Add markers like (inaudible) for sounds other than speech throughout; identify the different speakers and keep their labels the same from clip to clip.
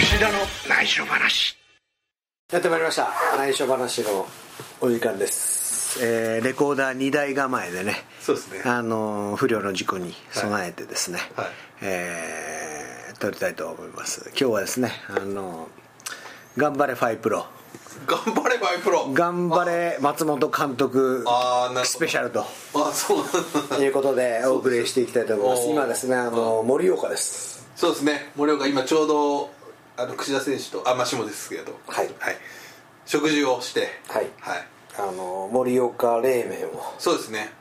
Speaker 1: ちらの内緒話
Speaker 2: やってまいりました内緒話のお時間です、えーレコーダー2台構えでね
Speaker 1: そうですね
Speaker 2: あのー不慮の事故に備えてですね、
Speaker 1: はいはい
Speaker 2: えー撮りたいと思います今日はですねあのー頑張れファイプロ
Speaker 1: 頑張ればイプロ
Speaker 2: 頑張れ松本監督
Speaker 1: あーなるほど
Speaker 2: スペシャルと
Speaker 1: あそう (laughs)
Speaker 2: いうことでお送りしていきたいと思い
Speaker 1: そう
Speaker 2: ます
Speaker 1: です
Speaker 2: 今ですねあのー盛岡です
Speaker 1: そうですね森岡今ちょうどあの櫛田選手とあまあ下ですけど
Speaker 2: はい
Speaker 1: はい、食事をして
Speaker 2: はい
Speaker 1: はい、
Speaker 2: あのー盛岡冷麺を
Speaker 1: そうですね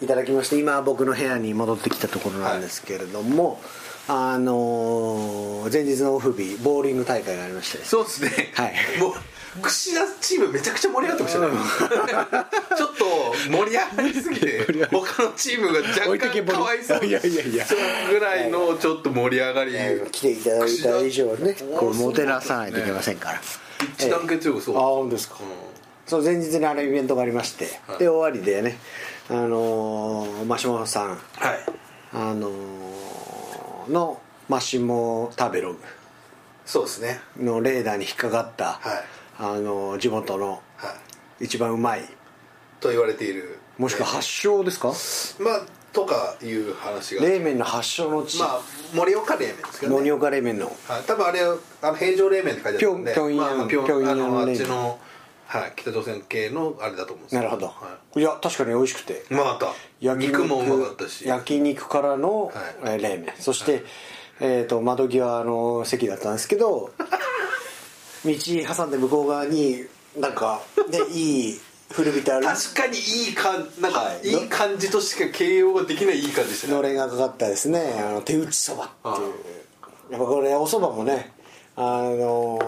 Speaker 2: いただきまして今僕の部屋に戻ってきたところなんですけれども、あのー前日のオフ日ボーリング大会がありまして
Speaker 1: そうですね
Speaker 2: はい
Speaker 1: もう櫛田チームめちゃくちゃ盛り上がってましたね (laughs) ちょっと盛り上がりすぎ
Speaker 2: (laughs)
Speaker 1: て他のチームが
Speaker 2: 置
Speaker 1: 若
Speaker 2: いてけ
Speaker 1: 干
Speaker 2: ぼり
Speaker 1: かわいそう
Speaker 2: いやいやいや
Speaker 1: そうぐらいのちょっと盛り上がり
Speaker 2: 来ていただいた以上ね
Speaker 1: 櫛田
Speaker 2: こうもてなさないといけませんから、
Speaker 1: 一段結力そう
Speaker 2: あ本当ですかそう前日にあれイベントがありまして、
Speaker 1: はい
Speaker 2: で終わりでねあのーマシモさん
Speaker 1: はい
Speaker 2: あのーのマシモ食べログ
Speaker 1: そうですね
Speaker 2: のレーダーに引っかかった、
Speaker 1: はい
Speaker 2: あのー地元の
Speaker 1: はい
Speaker 2: 一番うまい
Speaker 1: と言われている
Speaker 2: もしくは発祥ですか
Speaker 1: まあとかいう話が
Speaker 2: 冷麺の発祥の地、
Speaker 1: まあ盛岡冷麺ですけど
Speaker 2: 盛
Speaker 1: ね
Speaker 2: 岡冷麺の
Speaker 1: はい多分あれあの平常冷麺って書いてあるんで
Speaker 2: ピョンピョンヤン
Speaker 1: まあまああの
Speaker 2: ピョンヤン
Speaker 1: あ
Speaker 2: 冷
Speaker 1: っ
Speaker 2: 麺
Speaker 1: ちのはい北朝鮮系のあれだと思うんですけ
Speaker 2: なるほど、、
Speaker 1: はい
Speaker 2: や確かに美味しくて
Speaker 1: いうまかった肉もうまかったし
Speaker 2: 焼肉からの、えー冷麺そして、えー、と窓際の席だったんです
Speaker 1: (laughs)
Speaker 2: けど道挟んで向こう側になんか
Speaker 1: (laughs)
Speaker 2: ねいい古びた
Speaker 1: 確かにいい感なんか
Speaker 2: はい
Speaker 1: いい感じとしか形容ができないいい感じでしたね
Speaker 2: のれんがかかったですねあの手打ちそばっていうやっぱこれおそばもねあのー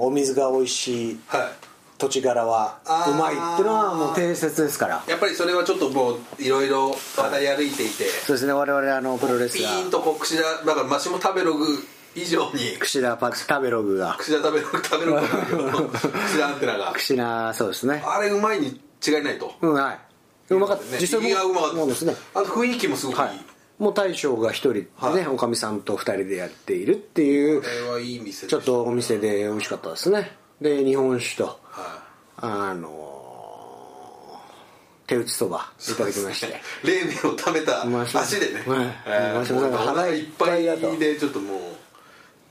Speaker 2: お水が美味しい
Speaker 1: は
Speaker 2: 土地柄はうまいってのはもう定説ですから
Speaker 1: いやっぱりそれはちょっともういろいろ渡り歩いていて
Speaker 2: そうですね我々あのプロレス
Speaker 1: ピ
Speaker 2: ラ
Speaker 1: ーン
Speaker 2: ー
Speaker 1: とこう櫛田だからマシモ食べログ以上に
Speaker 2: 櫛田パ食べログが
Speaker 1: 櫛田食べログ食べログなんだけど櫛田アンテナが
Speaker 2: 櫛田そうですね
Speaker 1: あれうまいに違いないと
Speaker 2: うんはいうまかった
Speaker 1: ね入りがうまかった
Speaker 2: そうですね
Speaker 1: あと雰囲気もすごくいい、
Speaker 2: はいもう大将が一人でね、
Speaker 1: はい
Speaker 2: おかみさんと二人でやっているっていう
Speaker 1: これはいい店で
Speaker 2: ちょっとお店で美味しかったですねで日本酒と
Speaker 1: は
Speaker 2: あのー手打ちそばいただきまして、
Speaker 1: い冷麺を食べた
Speaker 2: まそう
Speaker 1: 足でね、
Speaker 2: はい
Speaker 1: えー
Speaker 2: まあそう
Speaker 1: もう
Speaker 2: なんか腹いっぱいだと
Speaker 1: お腹でちょっともう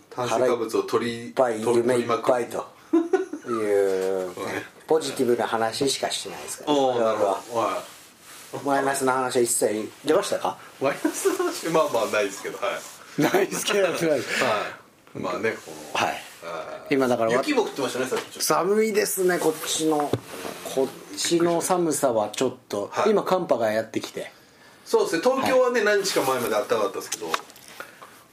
Speaker 1: 炭水化物を取り
Speaker 2: いっぱい
Speaker 1: 取
Speaker 2: 夢
Speaker 1: り
Speaker 2: いっ
Speaker 1: まく
Speaker 2: ぱいという (laughs) ポジティブな話しかしてないですから、
Speaker 1: おお
Speaker 2: 我
Speaker 1: なる
Speaker 2: 々は
Speaker 1: ほどは
Speaker 2: マイナスの話は一切出ましたか
Speaker 1: いマイナスの話まあまあないですけどはい、は
Speaker 2: ないですけどはい
Speaker 1: い、まあねこの
Speaker 2: はい今だからわ
Speaker 1: 雪も降ってましたねさっきちょっ
Speaker 2: 寒いですねこっちのこっちの寒さはちょっと、
Speaker 1: はい
Speaker 2: 今寒波がやってきて
Speaker 1: とそうですね東京はね、何日か前まで暖かかったですけど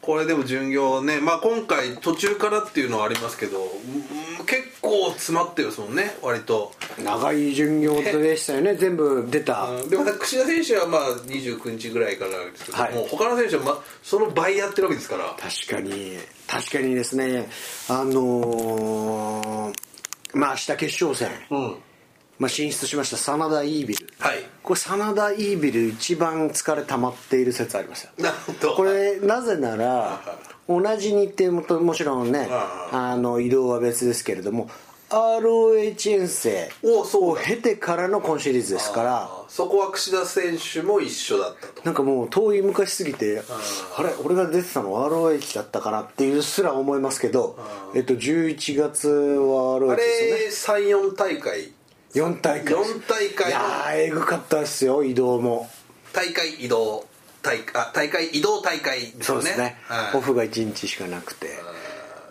Speaker 1: これでも巡業ねまあ今回途中からっていうのはありますけどうん結構詰まってるんですもんね割と
Speaker 2: 長い巡業でしたよね全部出た、
Speaker 1: でも櫛田選手はまあ29日ぐらいからですけど、
Speaker 2: はい
Speaker 1: もう他の選手は、ま、その倍やってるわけですから
Speaker 2: 確かに確かにですねあのーまあ明日決勝戦、
Speaker 1: うんはい
Speaker 2: まあ、進出しました真田イービルこれ真田イービル一番疲れ溜まっている説ありますよ
Speaker 1: なるほど
Speaker 2: これなぜなら同じ日程もともちろんね
Speaker 1: うん
Speaker 2: あの移動は別ですけれども ROH 遠征
Speaker 1: おそうだ
Speaker 2: を経てからの今シリーズですから
Speaker 1: あーそこは櫛田選手も一緒だったと
Speaker 2: なんかもう遠い昔すぎてあれ俺が出てたの ROH だったかなっていうすら思いますけどえっと11月は
Speaker 1: あ
Speaker 2: ROH ですよね
Speaker 1: れ34大会
Speaker 2: 4大会
Speaker 1: 四大会
Speaker 2: いやーえぐかったですよ移動も
Speaker 1: 大会移動大あ大会移動大会です
Speaker 2: そう
Speaker 1: よね
Speaker 2: ですね
Speaker 1: はい
Speaker 2: オフが1日しかなくて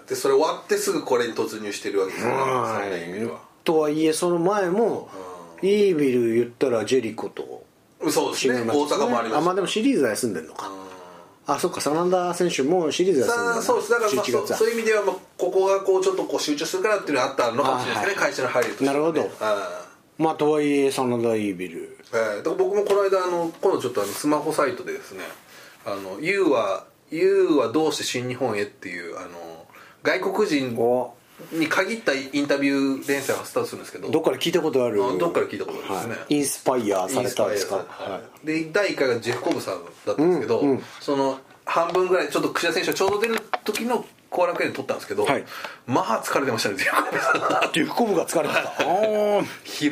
Speaker 1: でそれ終わってすぐこれに突入してるわけですからそんな意味では
Speaker 2: はい、とはいえその前もイービル言ったらジェリコと
Speaker 1: そうですね大阪もありま
Speaker 2: あ
Speaker 1: す
Speaker 2: まあでもシリーズは休んでるのかあそっか真田選手もシリーズは休んで
Speaker 1: さ
Speaker 2: るの
Speaker 1: あそうですだからまあ
Speaker 2: 11
Speaker 1: そう
Speaker 2: 月は
Speaker 1: そういう意味ではまあここがこうちょっとこう集中するからっていうのがあったのかもしれないですね
Speaker 2: あはい
Speaker 1: 会社の配慮としてはね
Speaker 2: なるほど
Speaker 1: あ
Speaker 2: まあとはいえ真田イービル
Speaker 1: あえーだから僕もこの間あの今度ちょっとあのスマホサイトでですね「あの YOU は YOU はどうして新日本へ」っていうあの外国人
Speaker 2: お
Speaker 1: に限ったインタビュー連載をスタートするんですけど
Speaker 2: どっから聞いたことある
Speaker 1: あどっから聞いたことあるんですね
Speaker 2: はいインスパイアされたんです
Speaker 1: インスパ
Speaker 2: か
Speaker 1: イアさ
Speaker 2: は
Speaker 1: れたで第1回がジェフ・コブさんだったんですけど、その半分ぐらいちょっと櫛田選手がちょうど出る時の後楽園で撮ったんですけど、
Speaker 2: はい
Speaker 1: まあ疲れてましたね全国
Speaker 2: デュフコブが疲れましたおー
Speaker 1: (laughs) 疲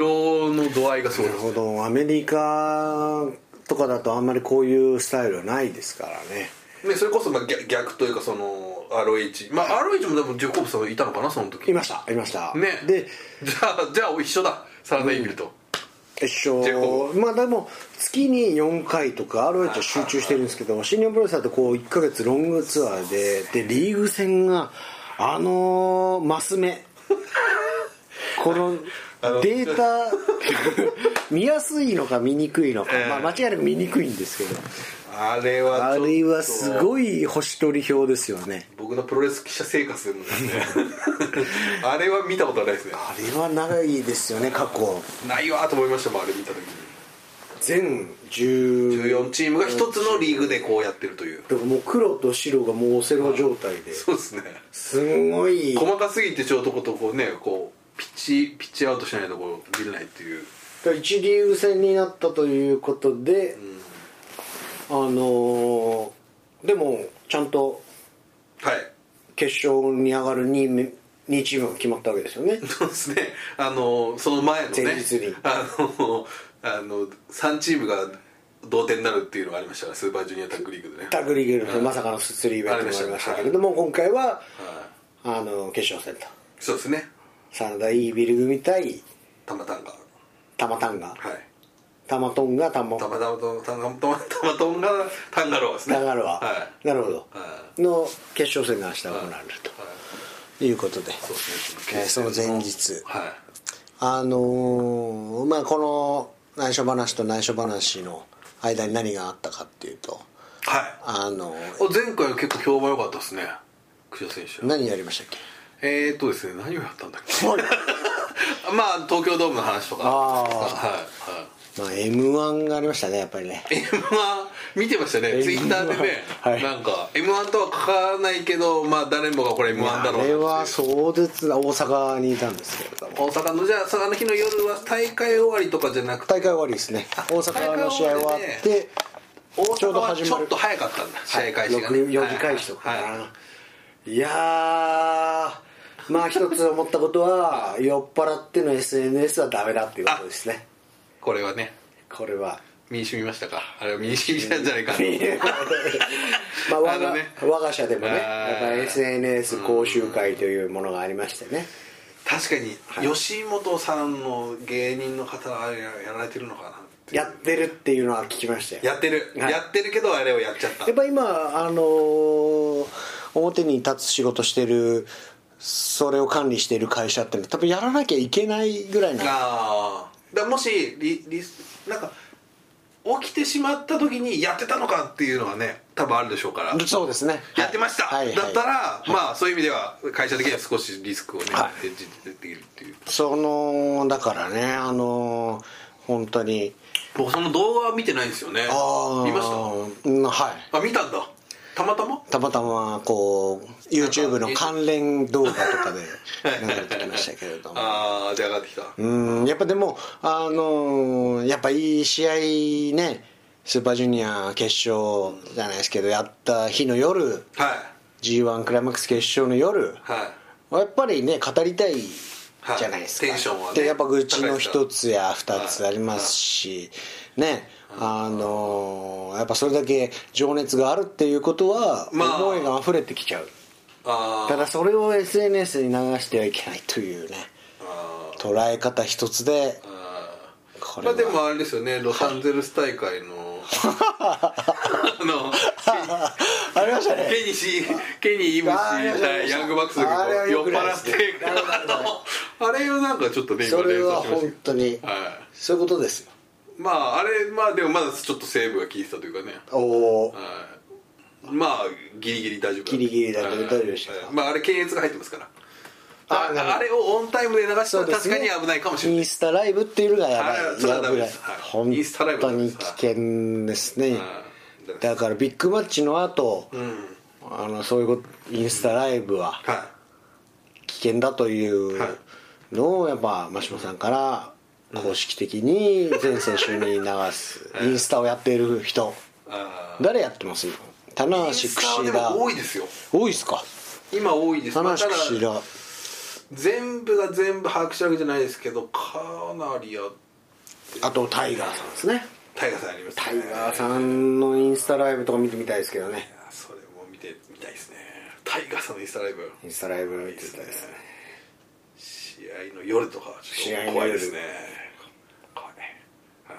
Speaker 1: 労の度合いがすごい
Speaker 2: なるほどアメリカとかだとあんまりこういうスタイルはないですからね
Speaker 1: ね、それこそまあ逆逆というかその ROH まあ ROH もでもジョコブさんいたのかなその時
Speaker 2: いましたいました
Speaker 1: ね
Speaker 2: で
Speaker 1: じゃあ (laughs) じゃあ一緒だサラダイーグルと、
Speaker 2: 一
Speaker 1: ジェコ
Speaker 2: 緒まあでも月に4回とか ROH は集中してるんですけど新日本プロレスだとこう1ヶ月ロングツアーででリーグ戦があのーマ
Speaker 1: (laughs)
Speaker 2: ス目このデータ (laughs) 見やすいのか見にくいのか、
Speaker 1: ええ
Speaker 2: まあ、間違いなく見にくいんですけど
Speaker 1: あれは
Speaker 2: あ
Speaker 1: ちょっと
Speaker 2: れはすごい星取り表ですよね
Speaker 1: 僕のプロレス記者生活で
Speaker 2: (laughs)
Speaker 1: もですねあれは見たことはないですね
Speaker 2: あれは長いですよね過去
Speaker 1: ないわと思いましたもんあれ見た時に
Speaker 2: 全14
Speaker 1: 14チームが一つのリーグでこうやってるという
Speaker 2: だからもう黒と白がもうオセロ状態で
Speaker 1: そうですね
Speaker 2: すごい
Speaker 1: 細かすぎてちょうどこうとこうねこうピッチピッチアウトしないところ見れないっていう
Speaker 2: 一リーグ戦になったということで、あのーでもちゃんと
Speaker 1: はい
Speaker 2: 決勝に上がる 2, 2チームが決まったわけですよね
Speaker 1: そうですねあのその前のね
Speaker 2: 前日に
Speaker 1: あのあの3チームが同点になるっていうのがありましたからスーパージュニアタッグリーグでね
Speaker 2: タッグリーグのまさかのスリーベットもありましたけれども今回は、あの決勝戦と
Speaker 1: そうですね
Speaker 2: 真田イービル組対
Speaker 1: たまたんがは
Speaker 2: タマタンガ
Speaker 1: い
Speaker 2: タマトンガタマ
Speaker 1: たまたまとたまたまたまとんがタンガローですね
Speaker 2: タガルは、
Speaker 1: は
Speaker 2: なるほど、
Speaker 1: は
Speaker 2: の決勝戦が明日行われる
Speaker 1: い、はい、
Speaker 2: ということで、
Speaker 1: そうですね
Speaker 2: えーその前日
Speaker 1: は
Speaker 2: あのーまあこの内緒話と内緒話の間に何があったかっていうと
Speaker 1: い、は
Speaker 2: あの
Speaker 1: い、
Speaker 2: ー
Speaker 1: お前回は結構評判良かったですね久保選手
Speaker 2: 何やりましたっけ
Speaker 1: えー、っとですね何をやったんだっけ (laughs) まあ東京ドームの話とかは
Speaker 2: あー
Speaker 1: いはい
Speaker 2: まあ m 1がありましたねやっぱりね
Speaker 1: M1 見てましたね
Speaker 2: M1
Speaker 1: ツイッターでね、
Speaker 2: はい
Speaker 1: なんか M1 とは書かないけどまあ誰もがこれ M1 だ
Speaker 2: あ
Speaker 1: ろうな
Speaker 2: れは壮絶な大阪にいたんですけれども
Speaker 1: 大阪のじゃあその日の夜は大会終わりとかじゃなくて
Speaker 2: 大会終わりですね大阪の試合
Speaker 1: 大会
Speaker 2: 終わっ
Speaker 1: 終わりで
Speaker 2: て
Speaker 1: 大
Speaker 2: ちょう
Speaker 1: 阪
Speaker 2: ど
Speaker 1: は
Speaker 2: 始
Speaker 1: ち
Speaker 2: ま
Speaker 1: ょ
Speaker 2: る
Speaker 1: っと早かったんだ、試合開始がね
Speaker 2: 4時開始とか
Speaker 1: はい
Speaker 2: か
Speaker 1: はい
Speaker 2: な、い、やーまあ一つ思ったことは酔っ払っての SNS はダメだっていうことですね
Speaker 1: これはね
Speaker 2: これは
Speaker 1: 身に染みましたかあれは身に染みたんじゃないか
Speaker 2: まあ我
Speaker 1: あ
Speaker 2: が
Speaker 1: のね
Speaker 2: 我が社でもね
Speaker 1: あー
Speaker 2: やっぱ SNS 講習会というものがありましてね
Speaker 1: 確かに吉本さんの芸人の方がやられてるのかなって
Speaker 2: やってるっていうのは聞きましたよ
Speaker 1: やってる、
Speaker 2: はい
Speaker 1: やってるけどあれをやっちゃ
Speaker 2: (laughs)
Speaker 1: った
Speaker 2: やっぱ今あのー表に立つ仕事してるそれを管理している会社ってのは多分やらなきゃいけないぐらいな
Speaker 1: ああだからもしリリスなんか起きてしまった時にやってたのかっていうのはね多分あるでしょうから
Speaker 2: そうですね
Speaker 1: やってました、
Speaker 2: はいはい
Speaker 1: だったら、
Speaker 2: はい
Speaker 1: まあそういう意味では会社的には少しリスクをね、
Speaker 2: は
Speaker 1: 減っているっていう
Speaker 2: そのだからねあのー本当に
Speaker 1: 僕その動画は見てないんですよね
Speaker 2: ああ
Speaker 1: 見まし
Speaker 2: うんはい
Speaker 1: たあ見たんだたまたま
Speaker 2: たまたまこう YouTube の関連動画とかで流れてきましたけれど
Speaker 1: (laughs)
Speaker 2: も
Speaker 1: ああで上がってきた、
Speaker 2: うんやっぱでもあのーやっぱいい試合ねスーパージュニア決勝じゃないですけどやった日の夜
Speaker 1: はい
Speaker 2: g 1クライマックス決勝の夜
Speaker 1: はい
Speaker 2: やっぱりね語りたいじゃないですか、
Speaker 1: はいテンションはね
Speaker 2: でやっぱ愚痴の一つや二つありますし、ねあのーやっぱそれだけ情熱があるっていうことは
Speaker 1: まあ
Speaker 2: 思いが溢れてきちゃう、
Speaker 1: あ
Speaker 2: ただそれを SNS に流してはいけないというね
Speaker 1: ーあー
Speaker 2: 捉え方一つで
Speaker 1: あー
Speaker 2: これ
Speaker 1: まあ、
Speaker 2: は
Speaker 1: でもあれですよねロサンゼルス大会の
Speaker 2: (laughs)
Speaker 1: あの
Speaker 2: ありましたね
Speaker 1: ケニシケニー・イブシ
Speaker 2: あー
Speaker 1: 対ヤングバックスが
Speaker 2: あれは
Speaker 1: 酔
Speaker 2: 良
Speaker 1: っ
Speaker 2: くない
Speaker 1: 払
Speaker 2: で
Speaker 1: っ
Speaker 2: す
Speaker 1: て
Speaker 2: ねなるほどなる
Speaker 1: あのあれをなんかちょっとね
Speaker 2: それは
Speaker 1: 今連想しま
Speaker 2: 本
Speaker 1: した
Speaker 2: 当に
Speaker 1: はい
Speaker 2: そういうことですよ
Speaker 1: まああれまあでもまだちょっとセーブが効いてたというかね
Speaker 2: おお
Speaker 1: はいまあギリギリ大丈夫
Speaker 2: ギリギリだけど
Speaker 1: はい
Speaker 2: 大丈夫でしたか
Speaker 1: はいまああれ検閲が入ってますから
Speaker 2: あーなるほど
Speaker 1: ああれをオンタイムで流した
Speaker 2: そう
Speaker 1: ら
Speaker 2: です
Speaker 1: 確
Speaker 2: ね
Speaker 1: かに危ないかもしれ
Speaker 2: イ
Speaker 1: ない
Speaker 2: ンスタライブっていうのがやばい
Speaker 1: はいそれはダメ
Speaker 2: や
Speaker 1: で
Speaker 2: ばい
Speaker 1: すはい
Speaker 2: 本
Speaker 1: インスタライブ
Speaker 2: 当
Speaker 1: はダメ
Speaker 2: に
Speaker 1: です
Speaker 2: 危険ですね
Speaker 1: はい
Speaker 2: だからビッグマッチの後、
Speaker 1: うん
Speaker 2: あのそういうことインスタライブは
Speaker 1: は
Speaker 2: 危険だという
Speaker 1: はい
Speaker 2: のをやっぱ真島さんから公式的に全選手に流 (laughs) すインスタをやっている人
Speaker 1: いあ
Speaker 2: 誰やってます今棚橋
Speaker 1: ー
Speaker 2: 櫛
Speaker 1: インスタはで
Speaker 2: 田
Speaker 1: も多いですよ
Speaker 2: 多いっすか
Speaker 1: 今多いですまあ
Speaker 2: 棚
Speaker 1: ただ
Speaker 2: 柱
Speaker 1: 全部が全部把握してるわけじゃないですけどかなりや
Speaker 2: あとタイガーさんですね
Speaker 1: タイガーさんありますね
Speaker 2: タイガーさんのインスタライブとか見てみたいですけどね
Speaker 1: それも見てみたいですねタイガーさんのインスタライブ
Speaker 2: インスタライブ見てみたいですね
Speaker 1: 試合の夜とかちょっと怖いですね怖いね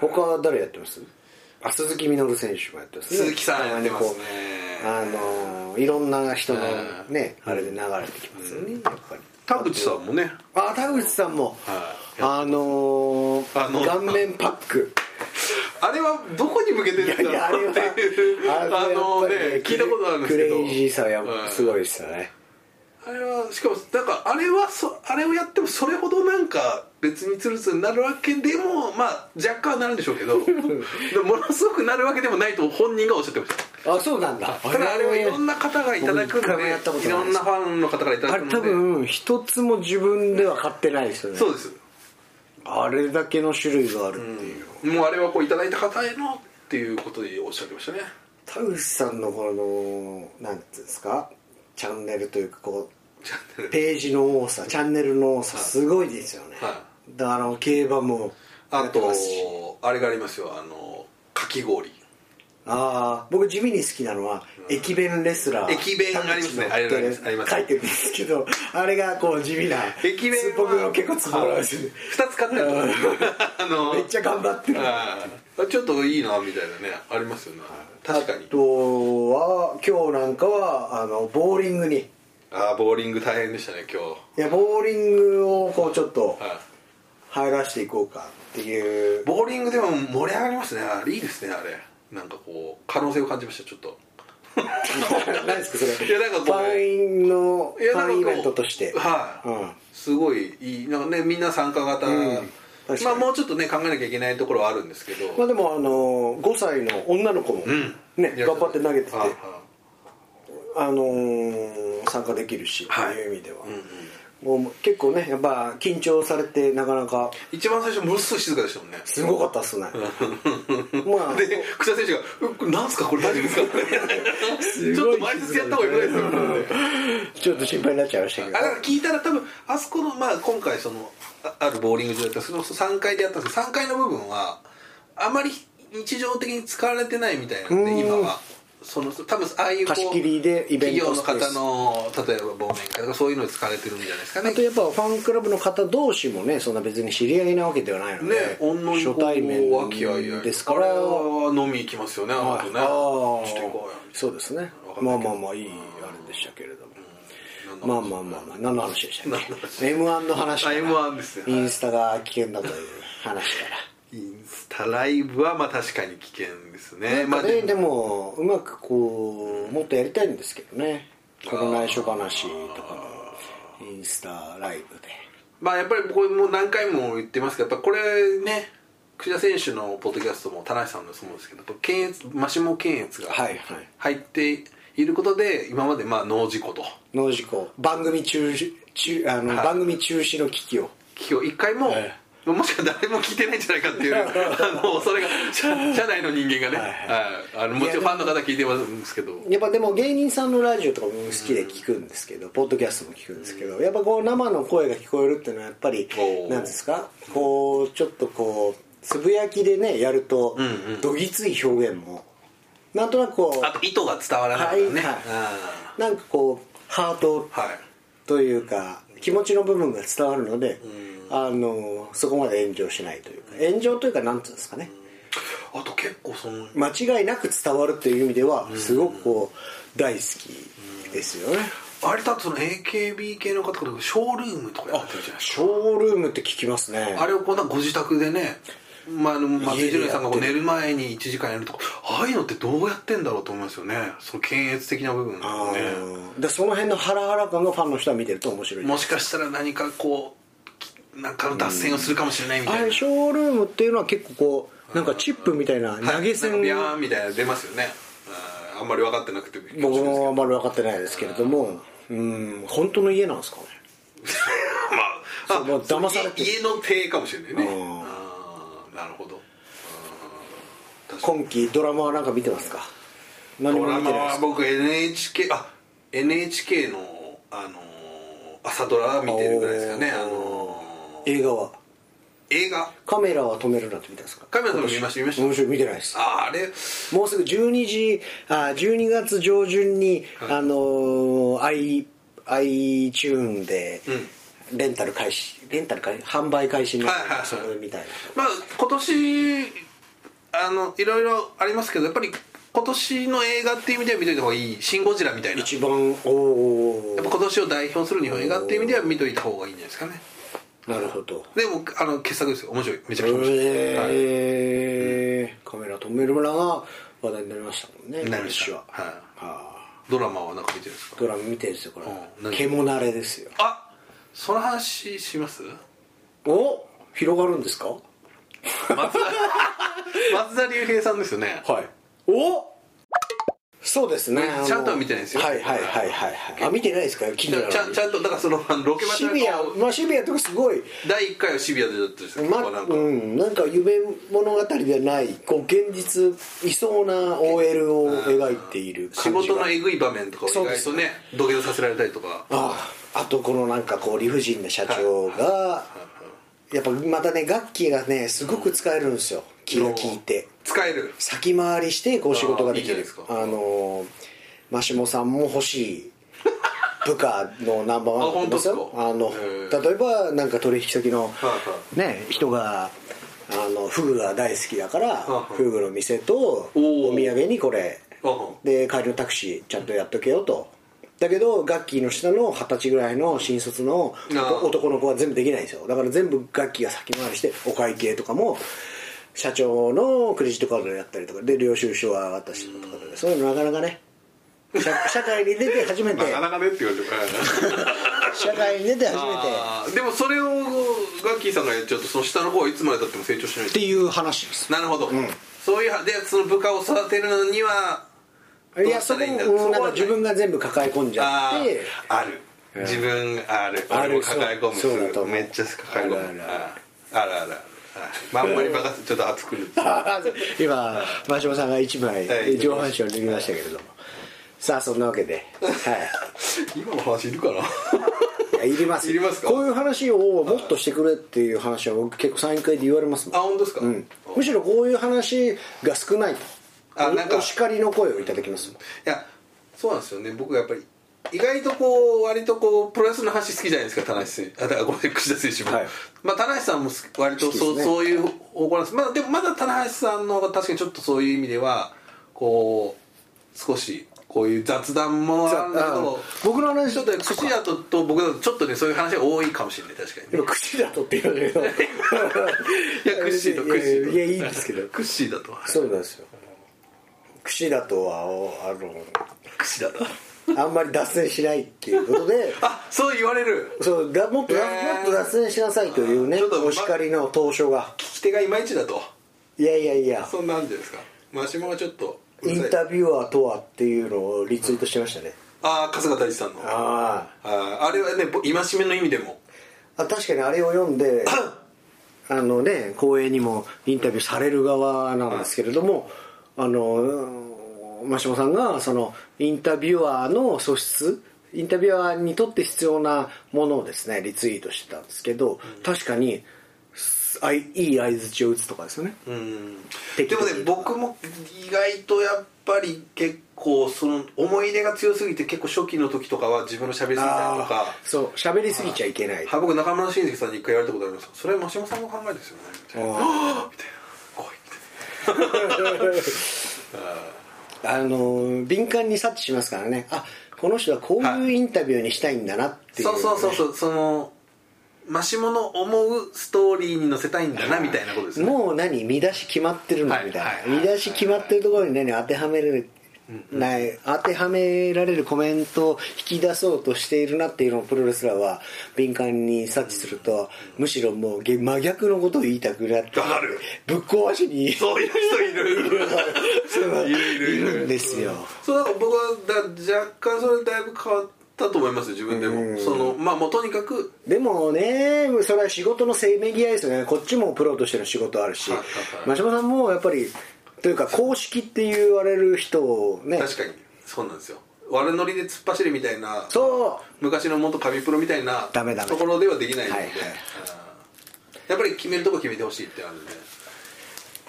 Speaker 2: 他は誰やってますあ鈴木みのる選手もやってますね
Speaker 1: 鈴木さんやってますね
Speaker 2: たまにこうあのいろんな人のね、あれで流れてきますよね、やっぱり
Speaker 1: 田口さんもね
Speaker 2: あ田口さんも、
Speaker 1: はい
Speaker 2: あのー
Speaker 1: あの
Speaker 2: 顔面パッ
Speaker 1: (laughs)
Speaker 2: ク
Speaker 1: あれはどこに向けてるんだ
Speaker 2: いやあ
Speaker 1: ろ
Speaker 2: れ
Speaker 1: う
Speaker 2: は
Speaker 1: っていうあ
Speaker 2: はやっ
Speaker 1: の
Speaker 2: ぱり
Speaker 1: ね聞いたことあるんですけど
Speaker 2: クレイジーさはやっぱすごい
Speaker 1: うん
Speaker 2: ですよね、
Speaker 1: あれはしかもなんかあれはそあれをやってもそれほどなんか別にツルツルになるわけでもまあ若干はなるんでしょうけど
Speaker 2: (laughs)
Speaker 1: でもものすごくなるわけでもないと本人がおっしゃってました
Speaker 2: あそうなんだ
Speaker 1: ただあれはいろんな方がいただくんで
Speaker 2: 僕一回もやったことない
Speaker 1: いろんなファンの方からいた
Speaker 2: あ
Speaker 1: だ
Speaker 2: れ
Speaker 1: く
Speaker 2: 多
Speaker 1: ので
Speaker 2: 分一つも自分では買ってないですよね
Speaker 1: そうです
Speaker 2: あれだけの種類があるっていう、
Speaker 1: もうあれはこういただいた方へのっていうことでおっしゃってましたね
Speaker 2: 田口さんのこのなんていうんですかチャンネルというかこ
Speaker 1: チャンネ
Speaker 2: う
Speaker 1: ル
Speaker 2: ページの多さチャンネルの多さすごいですよね、
Speaker 1: は
Speaker 2: だからあの競馬も
Speaker 1: あ
Speaker 2: やってますし
Speaker 1: とあれがありますよあのかき氷
Speaker 2: ああ僕地味に好きなのは、駅弁レスラー
Speaker 1: 駅弁ありますね
Speaker 2: 田口の
Speaker 1: ありますあります
Speaker 2: 書いてるんですけどあれがこう地味な
Speaker 1: 駅弁は
Speaker 2: (laughs) 僕の結構つぼらしい
Speaker 1: 2つ買ってると
Speaker 2: (laughs)
Speaker 1: 思う (laughs) あの
Speaker 2: めっちゃ頑張ってる
Speaker 1: あーちょっといいなみたいなねありますよね確かに
Speaker 2: あとは今日なんかはあのボーリングにい
Speaker 1: ああボーリング大変でしたね今日
Speaker 2: やボーリングをこうちょっと
Speaker 1: はい
Speaker 2: 入らしていこうかって
Speaker 1: (laughs)
Speaker 2: いう
Speaker 1: ボーリングでも盛り上がりますねあれいいですねあれなんかこう可能性を感じましたちょっと
Speaker 2: 何ですかそれ
Speaker 1: いやなんかこう
Speaker 2: ファインの
Speaker 1: いや
Speaker 2: フ
Speaker 1: なん
Speaker 2: ァ
Speaker 1: かこう
Speaker 2: インイベントとして
Speaker 1: はい、
Speaker 2: うん
Speaker 1: すごいいいなんかねみんな参加型、
Speaker 2: ん確かに
Speaker 1: まあもうちょっとね考えなきゃいけないところはあるんですけど、
Speaker 2: まあでもあの5歳の女の子も
Speaker 1: うん
Speaker 2: ね
Speaker 1: や
Speaker 2: 頑張って投げてて
Speaker 1: はいはい
Speaker 2: あのー参加できるしって
Speaker 1: はい
Speaker 2: いう意味では
Speaker 1: うんうん
Speaker 2: もう結構ねやっぱ緊張されてなかなか
Speaker 1: 一番最初ものすごい静かでしたもんね
Speaker 2: すごかったっすね (laughs) まあ
Speaker 1: で (laughs) 草田選手がう「これなんすかこれ大丈夫ですか?
Speaker 2: す」
Speaker 1: ちょ
Speaker 2: ご
Speaker 1: っ
Speaker 2: い
Speaker 1: と前日やった方がいいですよ
Speaker 2: ちょっと心配になっちゃいましたけど
Speaker 1: あだから聞いたら多分あそこの、まあ、今回そのああるボーリング場だったその3階でやったんですけど3階の部分はあまり日常的に使われてないみたいなん
Speaker 2: うん
Speaker 1: で今はその多分ああいうこう
Speaker 2: 貸し切りでイベントスペー
Speaker 1: 企
Speaker 2: ス
Speaker 1: 業の方の例えば忘年会とかそういうのに使われてるんじゃないですか
Speaker 2: あ
Speaker 1: ね
Speaker 2: とやっぱファンクラブの方同士もねそんな別に知り合いなわけではないので、
Speaker 1: ね、おんのに
Speaker 2: 初対面
Speaker 1: 和気あいあい
Speaker 2: ですから
Speaker 1: あれは飲み行きますよねあの
Speaker 2: はい
Speaker 1: 後ね、
Speaker 2: あー
Speaker 1: ちょっと行こうよみたい
Speaker 2: そうですね
Speaker 1: わかん
Speaker 2: ま
Speaker 1: な
Speaker 2: あ
Speaker 1: いけど
Speaker 2: まあまあいいあれでしたけれども
Speaker 1: な
Speaker 2: まあまあまあまあ何の話でしたっ
Speaker 1: 何の
Speaker 2: け m 1の話から
Speaker 1: あ M1 ですね
Speaker 2: インスタが危険だという話か
Speaker 1: インスタライブはまあ確かに危険ですね
Speaker 2: ら
Speaker 1: ま
Speaker 2: (laughs) ま
Speaker 1: あ
Speaker 2: あねでもうまくこうもっとやりたいんですけどねこの内緒話とかのインスタライブで
Speaker 1: まあやっぱりこれもう何回も言ってますけどやっぱこれね櫛田選手のポッドキャストも田中さんのそうですけどやっぱ検閲マシモ検閲が
Speaker 2: はいはい
Speaker 1: 入っていることで今までまあ脳事故と
Speaker 2: 脳事故番組中止中あの、番組中止の危機を
Speaker 1: 今日一回も、
Speaker 2: え
Speaker 1: もしか誰も聞いてないんじゃないかっていう
Speaker 2: (laughs)
Speaker 1: あのそれが社社内の人間がね、
Speaker 2: は
Speaker 1: は
Speaker 2: い
Speaker 1: いあのもちろんファンの方聞いてますけど
Speaker 2: やっぱでも芸人さんのラジオとかも好きで聞くんですけど、ポッドキャストも聞くんですけど、やっぱこう生の声が聞こえるっていうのはやっぱり
Speaker 1: おー
Speaker 2: なんですかこうちょっとこうつぶやきでねやると
Speaker 1: んうん
Speaker 2: どぎつい表現もなんとなくこ
Speaker 1: あと意図が伝わらないからね、
Speaker 2: はい
Speaker 1: あ
Speaker 2: うなんかこうハート
Speaker 1: ーはい
Speaker 2: というか気持ちの部分が伝わるので、あのそこまで炎上しないというか炎上というかなんていうんですかね、
Speaker 1: あと結構その
Speaker 2: 間違いなく伝わるという意味ではすごくこう大好きですよね、
Speaker 1: あれだとその AKB 系の方とかショールームとかやってるじゃないです
Speaker 2: ショールームって聞きますね
Speaker 1: かあれをこんなご自宅でね、まあ、あの松井
Speaker 2: 家でやってる
Speaker 1: ジュさんがこう寝る前に1時間やるとかああいうのってどうやってんだろうと思いますよねその検閲的な部分と
Speaker 2: あ
Speaker 1: かね
Speaker 2: ーでその辺のハラハラ感がファンの人は見てると面白い
Speaker 1: もしかしたら何かこうなんかの脱線をするかもしれないみ
Speaker 2: あ
Speaker 1: たい
Speaker 2: れ
Speaker 1: な
Speaker 2: ショールームっていうのは結構こうなんかチップみたいな
Speaker 1: はい
Speaker 2: 投げ
Speaker 1: なん
Speaker 2: 銭
Speaker 1: かビャーンみたいなの出ますよねあーあんまり分かってなくて
Speaker 2: 僕
Speaker 1: (laughs)
Speaker 2: もあんまり分かってないですけれどもうん本当の家なんですかね
Speaker 1: まあ
Speaker 2: そうもう騙されてる
Speaker 1: 家家の手かもしれないね
Speaker 2: うん
Speaker 1: あーなるほど
Speaker 2: 今期ドラマはなんか見てますか何
Speaker 1: ド
Speaker 2: も
Speaker 1: ラ
Speaker 2: 見
Speaker 1: マ
Speaker 2: てないで
Speaker 1: は
Speaker 2: す
Speaker 1: 僕 NHK あ NHK のあの朝ドラ見てるぐらいですかね
Speaker 2: おー
Speaker 1: あの
Speaker 2: 映画は
Speaker 1: 映画
Speaker 2: カメラは止めるなって見たんですか
Speaker 1: カメラ止めるな見ました見ました
Speaker 2: 面白い見てないです
Speaker 1: ああれ
Speaker 2: もうすぐ12時あ12月上旬に、
Speaker 1: はい
Speaker 2: あのー、i iTune でレンタル開始レンタル開始販売開始にな
Speaker 1: はいはいはい
Speaker 2: それみたいな
Speaker 1: まあ今年あのいろいろありますけどやっぱり今年の映画っていう意味では見といた方がいい「シン・ゴジラ」みたいなや
Speaker 2: 一番おお
Speaker 1: っぱ今年を代表する日本映画っていう意味では見といた方がいいんじゃないですかね
Speaker 2: なるほど
Speaker 1: でもあの傑作ですよ面白いめちゃくちゃ面白い、はい
Speaker 2: えーカメラ止める村が話題になりましたもんね
Speaker 1: なりました
Speaker 2: 今年は
Speaker 1: はい
Speaker 2: あ
Speaker 1: ドラマはなんか見てるんです
Speaker 2: ー
Speaker 1: か
Speaker 2: ドラマ見てるんですよこ
Speaker 1: うん
Speaker 2: れ
Speaker 1: 何
Speaker 2: 獣慣れですよ
Speaker 1: あその話します
Speaker 2: お広がるんですか
Speaker 1: 松田 (laughs) 松田龍平さんですよね
Speaker 2: はいおそうですね
Speaker 1: ちゃんとは見てないですよ
Speaker 2: あのはいはいはいはいはいあ見てないですか気
Speaker 1: ち
Speaker 2: にな
Speaker 1: ゃ
Speaker 2: る
Speaker 1: ちゃんちゃんとだからそのあのロケ場所
Speaker 2: シビアまあシビアとかすごい
Speaker 1: 第1回はシビアでだったんですよ、
Speaker 2: ま
Speaker 1: なんか、
Speaker 2: うん、なんか夢物語ではないこう現実いそうな OL を描いている
Speaker 1: 仕
Speaker 2: 感じが
Speaker 1: 事のえぐい場面とかを
Speaker 2: そう
Speaker 1: 意
Speaker 2: で
Speaker 1: 外
Speaker 2: す
Speaker 1: とね土下座させられたりとか
Speaker 2: あああとこのなんかこう理不尽な社長がやっぱまたね楽器がねすごく使えるんですよ気が利いて
Speaker 1: 使える
Speaker 2: 先回りしてこう仕事ができ
Speaker 1: ああいい
Speaker 2: る
Speaker 1: じゃないですか
Speaker 2: あのーマシモさんも欲し
Speaker 1: (laughs)
Speaker 2: い部下のナンバーワンだと思います
Speaker 1: あ本
Speaker 2: よ
Speaker 1: 当
Speaker 2: あの
Speaker 1: ですかへえ
Speaker 2: 例えばなんか取引先の
Speaker 1: いは
Speaker 2: ね人があのフグが大好きだから
Speaker 1: はい
Speaker 2: フグの店と
Speaker 1: おー
Speaker 2: お土産にこれ
Speaker 1: あは
Speaker 2: で帰りのタクシーちゃんとやっとけよとだけどガッキーの下の二十歳ぐらいの新卒の
Speaker 1: あー
Speaker 2: 男の子は全部できないんですよだから全部ガッキーが先回りしてお会計とかも社長のクレジットカードでやったりとかで領収書は渡してとかでそういうのなかなかね社社会に出て初めて
Speaker 1: なかねって言われても
Speaker 2: 社会に出て初めて
Speaker 1: あーでもそれをガッキーさんがやっちゃうとその下の方はいつまでたっても成長しない
Speaker 2: っていう話です
Speaker 1: なるほど、そういうはでその部下を育てるのにはどう
Speaker 2: いや
Speaker 1: した
Speaker 2: そこ
Speaker 1: らいいんだ
Speaker 2: もうん
Speaker 1: そ
Speaker 2: な
Speaker 1: こは
Speaker 2: んか
Speaker 1: ない
Speaker 2: 自分が全部抱え込んじゃ
Speaker 1: あ
Speaker 2: っ
Speaker 1: ー
Speaker 2: て
Speaker 1: ある自分ある
Speaker 2: ある
Speaker 1: 俺も抱え込む
Speaker 2: そうそうだと思う
Speaker 1: めっちゃ抱え込む
Speaker 2: ある
Speaker 1: あ
Speaker 2: ある
Speaker 1: るあるあるあるあんまりバカすちょっと熱くる
Speaker 2: (laughs) 今真島さんが一枚
Speaker 1: はい
Speaker 2: 上半身を脱ぎましたけれどもさあそんなわけでは
Speaker 1: 今の話いる (laughs) かない
Speaker 2: いやいります
Speaker 1: いりますか
Speaker 2: こういう話をもっとしてくれっていう話は僕結構サイン会で言われますも
Speaker 1: あ
Speaker 2: ん、
Speaker 1: 本当ですか、
Speaker 2: うん、むしろこういう話が少ないと
Speaker 1: あなんか
Speaker 2: お叱りの声をいただきます
Speaker 1: いやそうなんですよね僕やっぱり意外とこう割とこうプロレスの話好きじゃないですか田中選手あだからごめん櫛田選手も、
Speaker 2: はい
Speaker 1: まあ、田中さんもす割とそ
Speaker 2: 好き
Speaker 1: う,、
Speaker 2: ですね
Speaker 1: そういう方向なんです、まあ、でもまだ田中さんの方が確かにちょっとそういう意味ではこう少しこういう雑談もあるんだけど
Speaker 2: あ僕の話
Speaker 1: ちょっと櫛田とと僕だとちょっとねそういう話が多いかもしれない確かに
Speaker 2: で
Speaker 1: ね
Speaker 2: も口だとって言われる
Speaker 1: (laughs)
Speaker 2: けどい
Speaker 1: いや櫛田と櫛田と
Speaker 2: いやいいんで
Speaker 1: (laughs)
Speaker 2: すけど
Speaker 1: 櫛田とは
Speaker 2: そうなんですよ櫛だとはおあの
Speaker 1: 櫛田と
Speaker 2: あんまり脱線しないっていうことで
Speaker 1: あそう言われる
Speaker 2: そうだもっと、
Speaker 1: えー
Speaker 2: もっと脱線しなさいというね
Speaker 1: ちょっとま
Speaker 2: お叱りの当初が
Speaker 1: 聞き手がいまいちだと
Speaker 2: いやいやいや
Speaker 1: そんなんじゃないですかマシュマロちょっとうる
Speaker 2: イ
Speaker 1: さい
Speaker 2: ンタビュアーとはっていうのをリツイートしてましたね
Speaker 1: ああ春日大地さんのあ
Speaker 2: あ
Speaker 1: ああれはねぼ戒めの意味でも
Speaker 2: あ確かにあれを読
Speaker 1: (coughs)
Speaker 2: んであのね光栄にもインタビューされる側なんですけれども、あのうん真下さんがそのインタビュアーの素質インタビュアーにとって必要なものをですねリツイートしてたんですけど、確かにすあいいい相づちを打つとかですよね、
Speaker 1: うん
Speaker 2: 適
Speaker 1: で
Speaker 2: 当
Speaker 1: も
Speaker 2: に
Speaker 1: ね僕も意外とやっぱり結構その思い入れが強すぎて結構初期の時とかは自分の喋りすぎたりと
Speaker 2: あ
Speaker 1: か
Speaker 2: ーそう喋りすぎちゃいけない
Speaker 1: は僕中村信介さんに一回言われたことありますそれは真島さんの考えですよねみたいなあーみたいな怖いみたいな
Speaker 2: あの敏感に察知しますからねあこの人はこういうインタビューにしたいんだなっていう、
Speaker 1: そうそうそうそうそのマシモの思うストーリーに乗せたいんだなみたいなことですね
Speaker 2: もう何見出し決まってるの
Speaker 1: はい
Speaker 2: みた
Speaker 1: はい
Speaker 2: い
Speaker 1: は
Speaker 2: ない見出し決まってるところに何当てはめるない当てはめられるコメントを引き出そうとしているなっていうのをプロレスラーは敏感に察知するとむしろもうげ真逆のことを言いたくなって
Speaker 1: わかる
Speaker 2: ぶっ壊しに
Speaker 1: そういう人いるいるいるいる
Speaker 2: いるんですよ
Speaker 1: そうだから僕はだ若干それだいぶ変わったと思いますよ自分でもそのまあもうとにかく
Speaker 2: でもねそれは仕事のせめぎ合いですよねこっちもプロとしての仕事あるし
Speaker 1: はいはいはい
Speaker 2: 真島さんもやっぱりというか公式って言われる人をね
Speaker 1: 確かにそうなんですよ悪ノリで突っ走るみたいな
Speaker 2: そ
Speaker 1: 昔の元紙プロみたいな
Speaker 2: ダメダメ
Speaker 1: ところではできないので、
Speaker 2: はいはい
Speaker 1: うんやっぱり決めるとこ決めてほしいってあるんで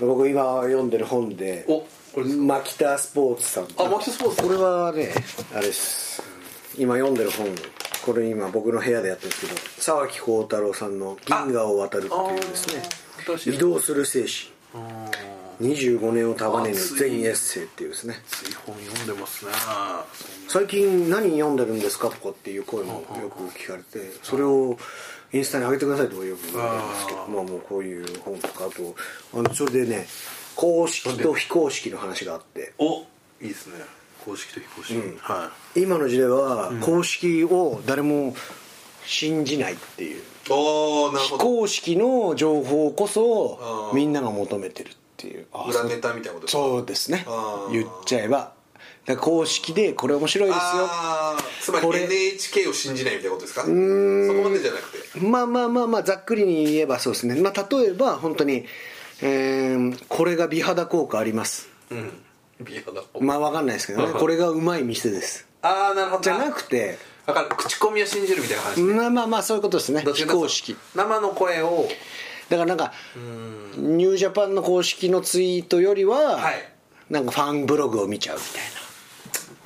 Speaker 2: う僕今読んでる本で
Speaker 1: おこれですか
Speaker 2: マキタスポーツさん
Speaker 1: あマキタスポーツ
Speaker 2: これはねあれです今読んでる本これ今僕の部屋でやってるんですけど沢木幸太郎さんの「銀河を渡る」っていうですね
Speaker 1: あー新しい
Speaker 2: 移動する精神
Speaker 1: うん
Speaker 2: 25年を束ねる
Speaker 1: 熱い
Speaker 2: 全エッセイっていうですね
Speaker 1: つい本読んでますね
Speaker 2: 最近何読んでるんですかとかっていう声もよく聞かれてそれをインスタに上げてくださいとかよく言われるんですけど
Speaker 1: あー
Speaker 2: まあもうこういう本とかあとあのそれでね公式と非公式の話があって
Speaker 1: おいいですね公式と非公式、は
Speaker 2: 今の時代は公式を誰も信じないっていう
Speaker 1: いおおなる
Speaker 2: 非
Speaker 1: ほど
Speaker 2: 公式の情報こ
Speaker 1: あ
Speaker 2: そ
Speaker 1: ー
Speaker 2: みんなが求めてるっていうあー
Speaker 1: 裏ネタみたいなこと
Speaker 2: そうですね
Speaker 1: あー
Speaker 2: 言っちゃえばだから公式でこれ面白いですよ
Speaker 1: あーつま
Speaker 2: こ
Speaker 1: り
Speaker 2: れ
Speaker 1: NHK を信じないみたいなことですかそこ
Speaker 2: ーん
Speaker 1: までじゃなくて
Speaker 2: まあまあまあまあざっくりに言えばそうですね、まあ、例えば本当に、えーこれが美肌効果あります
Speaker 1: うん美肌効果
Speaker 2: まあわかんないですけ
Speaker 1: (laughs)
Speaker 2: どねこれがうまい店です
Speaker 1: ああなるほど
Speaker 2: じゃなくて
Speaker 1: だから口コミを信じるみたいな話ね
Speaker 2: まあまあまあそういうことですね
Speaker 1: どっち
Speaker 2: 非
Speaker 1: かというと
Speaker 2: 公式
Speaker 1: 生の声を
Speaker 2: だからなんかニュージャパンの公式のツイートよりは、
Speaker 1: はい
Speaker 2: なんかファンブログを見ちゃうみ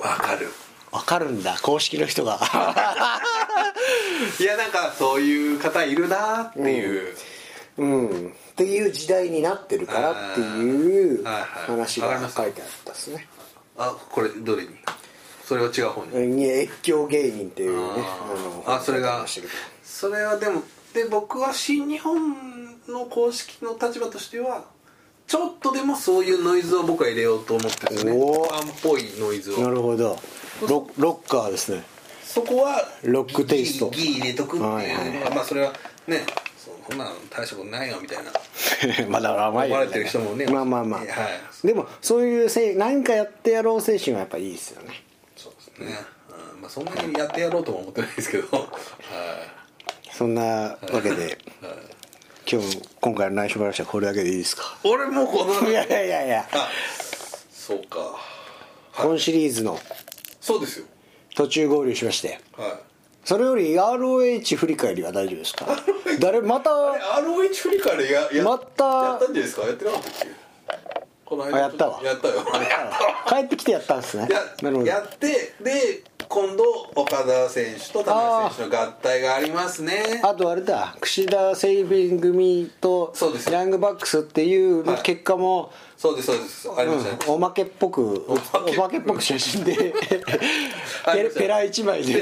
Speaker 2: たい
Speaker 1: わかる
Speaker 2: なわかるんだ公式の人が
Speaker 1: (laughs) いやなんかそういう方いるなっていう、
Speaker 2: うんっていう時代になってるからっていう
Speaker 1: あーはいはい
Speaker 2: 話
Speaker 1: わかり
Speaker 2: が
Speaker 1: ました
Speaker 2: 書いてあったですね
Speaker 1: あこれどれにそれは違う方に、
Speaker 2: に越境芸人っていうね
Speaker 1: あそれが
Speaker 2: 話してるけ
Speaker 1: それはでもで僕は新日本の公式の立場としてはちょっとでもそういうノイズを僕は入れようと思ってるんですね
Speaker 2: お
Speaker 1: フ
Speaker 2: ー
Speaker 1: ァンっぽいノイズ
Speaker 2: どな
Speaker 1: を
Speaker 2: るほどロロッカーですね (laughs)
Speaker 1: そこは
Speaker 2: ロックテイスト
Speaker 1: ギリギリ入れとくっていうのが、
Speaker 2: はいはいは
Speaker 1: まあそれはねそうこんなの大したことないよみたいな
Speaker 2: まだ甘いよ
Speaker 1: 思われてる人もね
Speaker 2: まあまあまあ、
Speaker 1: はい
Speaker 2: でもそういうせい何かやってやろう精神はやっぱいいですよね
Speaker 1: そうですね、うんまあ、そんなにやってやろうとは思ってないですけどはい
Speaker 2: そんなわけで今日今回の内緒話はこれだけでいいですか
Speaker 1: 俺もうこの
Speaker 2: いやいやいやいや
Speaker 1: (laughs) あそうか
Speaker 2: 今シリーズの
Speaker 1: そうですよ
Speaker 2: 途中合流しまして
Speaker 1: はい
Speaker 2: それより ROH 振り返りは大丈夫ですか誰また
Speaker 1: あれ ROH フリからやや
Speaker 2: また
Speaker 1: やったんじゃないですかやってなかったっけこの間
Speaker 2: あやったわ
Speaker 1: やったよ
Speaker 2: 帰ってきてやったんですねなるほ
Speaker 1: や
Speaker 2: ど
Speaker 1: やってで今度岡田選手と田中選手の合体がありますね
Speaker 2: あとあれだ櫛田セイビン組と
Speaker 1: そうです
Speaker 2: ヤングバックスっていう
Speaker 1: はい
Speaker 2: 結果も、
Speaker 1: そうですそうですありましたね、
Speaker 2: おまけっぽくお
Speaker 1: まけっぽく
Speaker 2: まけっぽく写
Speaker 1: (laughs)
Speaker 2: 真で
Speaker 1: あ
Speaker 2: ペ
Speaker 1: りま
Speaker 2: ラ
Speaker 1: した
Speaker 2: ペラ一
Speaker 1: (laughs)
Speaker 2: 枚で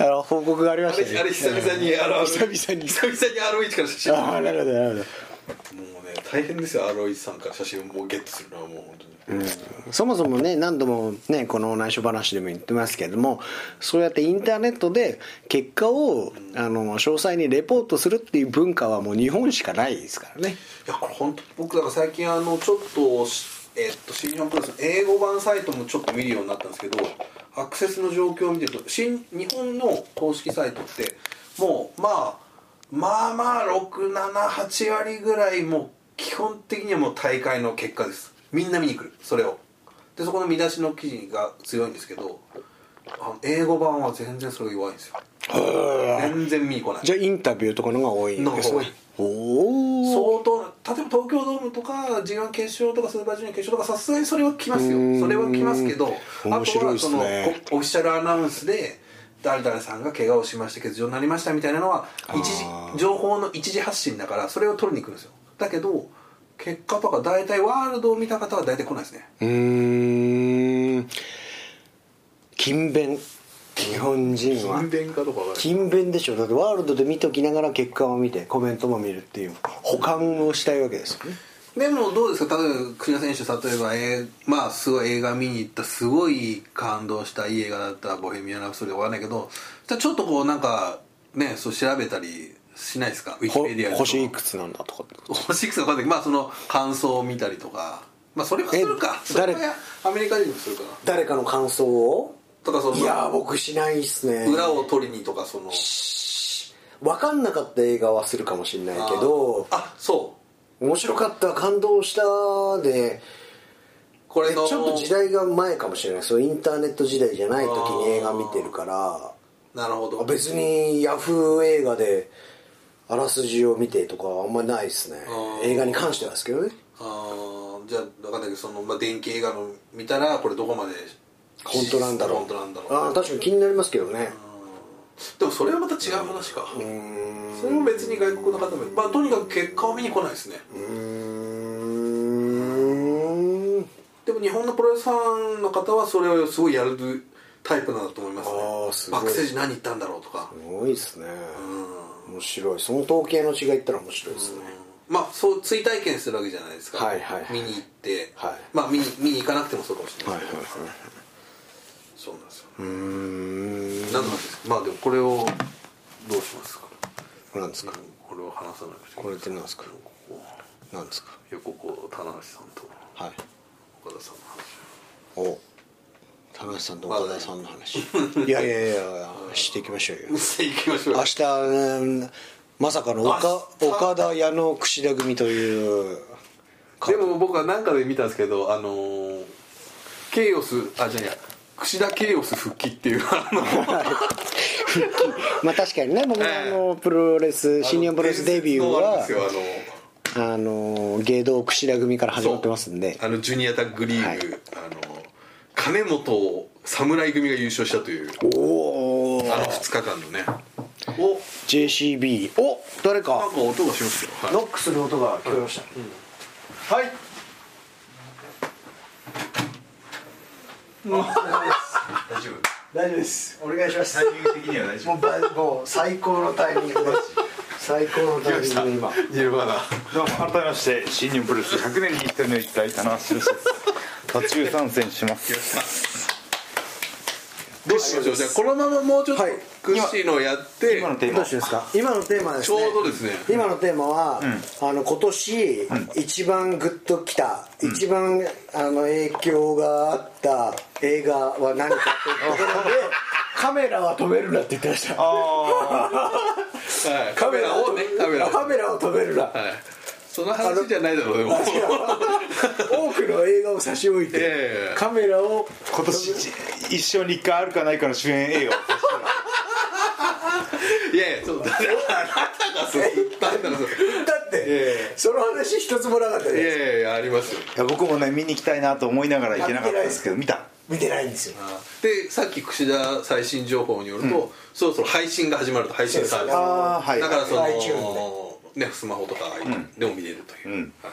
Speaker 2: あの報告がありま
Speaker 1: あ
Speaker 2: し
Speaker 1: れ
Speaker 2: たね
Speaker 1: あれ久々にあの
Speaker 2: (laughs) 久々に
Speaker 1: 久々に ROH から写真
Speaker 2: ああなるほどな
Speaker 1: もう
Speaker 2: る
Speaker 1: ね大変ですよ ROH さんから写真をもうゲットするのはもう本当に、
Speaker 2: ほどそもそもね何度もねこの内緒話でも言ってますけどもそうやってインターネットで結果をあの詳細にレポートするっていう文化はもう日本しかないですからね
Speaker 1: いやこれ本当僕だから最近あのちょっとしえっと新日本プロレスの英語版サイトもちょっと見るようになったんですけどアクセスの状況を見てると新日本の公式サイトってもうまあまあまあ678割ぐらいもう基本的にはもう大会の結果ですみんな見に来るそれをでそこの見出しの記事が強いんですけどあの英語版は全然それが弱いんですよ全然見に来ない
Speaker 2: じゃあインタビューとかのが多いんです
Speaker 1: のが多
Speaker 2: ね
Speaker 1: い
Speaker 2: おお
Speaker 1: 相当な例えば東京ドームとか g 1決勝とかスーパージュニア決勝とかさすがにそれは来ますよ
Speaker 2: ーん
Speaker 1: それは来ますけど
Speaker 2: 面白いっすね
Speaker 1: あとはそのこオフィシャルアナウンスで誰々さんが怪我をしました欠場になりましたみたいなのは一
Speaker 2: あー
Speaker 1: 時情報の一時発信だからそれを取りに来るんですよだけど結果とか大体ワールドを見た方は大体来ないですね
Speaker 2: うーん勤勉日本人は
Speaker 1: 弁かとかは
Speaker 2: 勤勉でしょだってワールドで見ときながら結果を見てコメントも見るっていう保管をしたいわけですよね
Speaker 1: でもどうですか例えば国枝選手例えば、えーまあすごい映画見に行ったすごい感動したいい映画だった「ボヘミアン・ラプソディ」で終わらないけどじゃあちょっとこうなんかねそう調べたりしないですかウィキ
Speaker 2: ほ
Speaker 1: ペディアで
Speaker 2: 星いくつなんだとかって
Speaker 1: 星いくつか分かんないけどまあその感想を見たりとかまあそれはするか
Speaker 2: え
Speaker 1: それは
Speaker 2: 誰
Speaker 1: アメリカ人もするかな
Speaker 2: 誰かの感想を
Speaker 1: とかその
Speaker 2: いやー僕しないっすね
Speaker 1: 裏を取りにとかその
Speaker 2: 分かんなかった映画はするかもしれないけど
Speaker 1: あそう
Speaker 2: 面白かった感動したで
Speaker 1: これ
Speaker 2: えちょ
Speaker 1: の
Speaker 2: っと時代が前かもしれないそうインターネット時代じゃない時に映画見てるから
Speaker 1: なるほど
Speaker 2: あ別にヤフー映画であらすじを見てとかはあんまりないですね
Speaker 1: あー
Speaker 2: 映画に関してはですけどね
Speaker 1: あーじゃあ分かんないけどその、まあ、電気映画の見たらこれどこまで
Speaker 2: 本当なんだろう
Speaker 1: 本当なんだろう
Speaker 2: あー確かに気になりますけどね
Speaker 1: でもそれはまた違う話かそれも別に外国の方もまあとにかく結果を見に来ないですね
Speaker 2: うーん
Speaker 1: でも日本のプロレスファンの方はそれをすごいやるタイプなんだと思いますね
Speaker 2: あーすごい
Speaker 1: バックステージ何言ったんだろうとか
Speaker 2: すごいですね面白いその統計の違いったら面白いですね
Speaker 1: まあそう追体験するわけじゃないですか、
Speaker 2: はいはいはい
Speaker 1: 見に行って、
Speaker 2: はい
Speaker 1: まあ見に見に行かなくてもそうかもしれないですけど、そうなんですよ、
Speaker 2: うーん
Speaker 1: なんなんですかまあでもこれをどうしますか
Speaker 2: これなんですか
Speaker 1: これを話さなくて
Speaker 2: これってなんですか
Speaker 1: ここ
Speaker 2: なんですか
Speaker 1: いやここ棚橋さんと
Speaker 2: はい
Speaker 1: 岡田さんの話
Speaker 2: お田中さんと岡田さん
Speaker 1: (laughs)
Speaker 2: の話いやいやいやいやしていきましょうよ
Speaker 1: をしていきましょう
Speaker 2: 明日うんまさかの岡
Speaker 1: 明日
Speaker 2: 岡田矢野櫛田組という
Speaker 1: でも僕は何かで見たんですけどあのーケイオスあじゃあいや櫛田ケイオス復帰っていうあの
Speaker 2: まあ確かにね僕のあのプロレス (laughs) 新日本プロレスデビュー
Speaker 1: あの伝
Speaker 2: は
Speaker 1: 説のあれですよ
Speaker 2: あの芸道櫛田組から
Speaker 1: あの
Speaker 2: 始まってますんで
Speaker 1: そうあのジュニアタッグリーグ、
Speaker 2: はい
Speaker 1: あの金本侍組が優勝したという
Speaker 2: おお
Speaker 1: あの2日間のねお
Speaker 2: JCB お誰
Speaker 1: な
Speaker 2: か
Speaker 1: んか音がしますよ、はい
Speaker 2: ノックする音が聞こえました、はい
Speaker 3: 大丈夫
Speaker 2: 大丈夫です
Speaker 3: お願いしますタイミング的には大丈
Speaker 2: もうばもう最高のタイミングです最高のタイミングで今
Speaker 1: ニルバーナ
Speaker 3: 夫どうも改めまして新日本プロレス100年に一人の一体田中宏です途中参戦します
Speaker 1: どうしましょうじゃあこのままもうちょっと
Speaker 2: はい
Speaker 1: クッシーのやって、
Speaker 3: 今のテー
Speaker 2: ど
Speaker 3: マ
Speaker 2: うしますか今のテーマはで
Speaker 1: ち
Speaker 2: す
Speaker 1: ょ
Speaker 2: ね
Speaker 1: うどですね
Speaker 2: 今のテーマは、あの今年一番グッときた、一番あの影響があった映画は何かというところで (laughs) カメラは止めるなって言ってました
Speaker 3: あ
Speaker 1: はいカメラをねカメラを
Speaker 2: カメラを止める
Speaker 1: (laughs)
Speaker 2: な、
Speaker 1: はいその話じゃないだろうでも
Speaker 2: 多くの映画を差し置いて、
Speaker 1: ええ
Speaker 2: カメラを
Speaker 3: ー今年一一生に一回ある (laughs) かないかの主演映画
Speaker 1: いやいやそうだからあなたがそうあなたがそう
Speaker 2: だって、
Speaker 1: ええ
Speaker 2: その話一つもなかった
Speaker 1: い
Speaker 2: で
Speaker 1: やいやいやありますよ
Speaker 3: いや僕もね見に行きたいなと思いながら行けなかったんですけど見た
Speaker 2: 見てないんですよ
Speaker 1: でさっき櫛田最新情報によると、そろそろ配信が始まると配信サービス
Speaker 2: そうですね
Speaker 3: あーはい
Speaker 1: だからその、
Speaker 2: iTunes
Speaker 1: ねスマホとかでも見れるという、
Speaker 3: うん
Speaker 1: はい、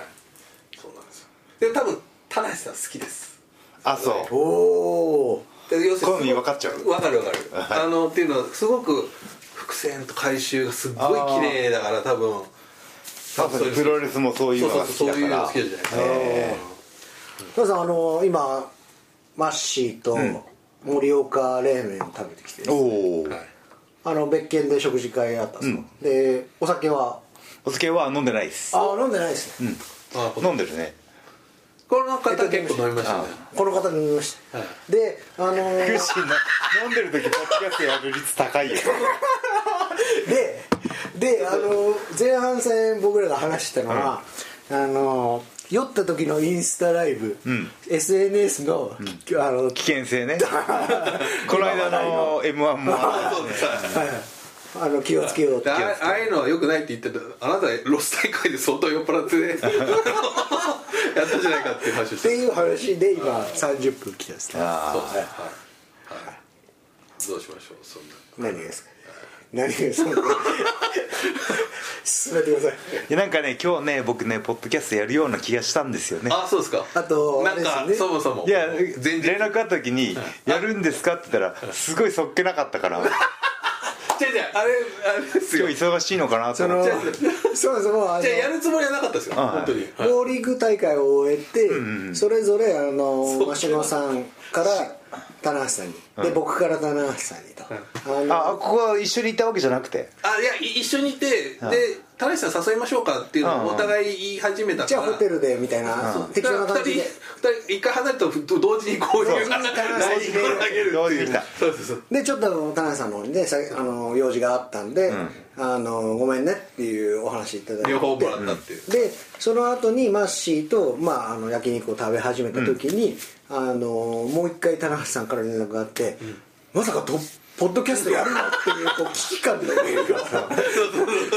Speaker 1: そうなんですよで多分田無さん好きです
Speaker 3: あそう
Speaker 2: おお
Speaker 1: で要する
Speaker 3: 好み分かっちゃう
Speaker 1: 分かる分かる、
Speaker 3: はい
Speaker 1: あのっていうのはすごく伏線と回収がすっごい綺麗だから多分
Speaker 3: 多分プロレスもそういうのが好き
Speaker 1: そうそうそうそういう
Speaker 3: だか
Speaker 1: の好
Speaker 3: ら
Speaker 1: きじゃないですか、
Speaker 3: え
Speaker 2: 皆さんあの今マッシーと盛岡冷麺を食べてきて、
Speaker 3: ーおお
Speaker 1: はい
Speaker 2: あの別件で食事会あったんですよ、でお酒は
Speaker 3: お酒は飲んでないです
Speaker 2: あ飲んでないですね、
Speaker 1: あこ
Speaker 3: 飲んでるね
Speaker 1: この方結構飲みましたね
Speaker 2: この方に見ました、であのー
Speaker 3: クッシーの (laughs) 飲んでる時ポッドキャストやる率高いよ
Speaker 2: でで、あのー前半戦僕らが話してたのは、あのー酔った時のインスタライブ、
Speaker 3: ん
Speaker 2: SNS の,、あの
Speaker 3: (laughs) 危険性ね (laughs) この間の m 1も (laughs)
Speaker 1: そうです
Speaker 2: はいあの気をつけようっ
Speaker 1: で
Speaker 2: て
Speaker 1: あああいうのは良くないって言ってたあなたロス大会で相当酔っ払ってね (laughs) やったじゃないかっていう話を
Speaker 2: っ
Speaker 1: してて
Speaker 2: いう話で今30分来たんですね
Speaker 1: そう
Speaker 3: あ
Speaker 1: ですねはい、はい、どうしましょうそんな
Speaker 2: 何がですか何がですか進めてください
Speaker 3: ーいやなんかね今日ね僕ねポッドキャストやるような気がしたんですよね
Speaker 1: あそうですか
Speaker 2: あと
Speaker 1: なん
Speaker 2: あ
Speaker 1: か、
Speaker 2: れです
Speaker 1: そ
Speaker 2: よね
Speaker 1: もそも
Speaker 3: いや
Speaker 1: 全
Speaker 3: 連
Speaker 1: 然違う違う
Speaker 3: 絡あった時に「やるんですか?」って言ったらすごいそっけなかった (laughs) から
Speaker 1: あれあれですよ
Speaker 3: 今日忙しいのかなと
Speaker 2: そ
Speaker 3: 思っ
Speaker 2: の
Speaker 3: て
Speaker 2: そもそもあ
Speaker 1: じゃあやるつもりはなかったですよ
Speaker 3: あはい
Speaker 1: 本当に、
Speaker 2: のボーリング大会を終えて、それぞれあのマシノさんから棚橋さんに、で僕から棚橋さんにと、あの
Speaker 3: あここは一緒に行ったわけじゃなくて
Speaker 1: あいやい一緒にいてで田中さん誘いましょうかっていうのをお互い言い始めたから
Speaker 2: じゃあホテルでみたいな
Speaker 1: だ
Speaker 2: 適
Speaker 1: か
Speaker 2: 当な
Speaker 1: ら
Speaker 2: 感
Speaker 1: 二人
Speaker 2: じで
Speaker 1: 二人一回離れたと同時にこういう
Speaker 2: そう
Speaker 1: 同時にこう投げるっていう
Speaker 3: 同時に来た
Speaker 1: そうそうそう
Speaker 2: でちょっと田中さんの方にねさあの用事があったんで、あのごめんねっていうお話いただいて
Speaker 1: 両方もらったっていう、
Speaker 2: でその後にマッシーと、まあ、あの焼肉を食べ始めた時に、あのもう一回棚橋さんから連絡があって、まさかとポッドキャストやるのっていうこう危機感で見るからさ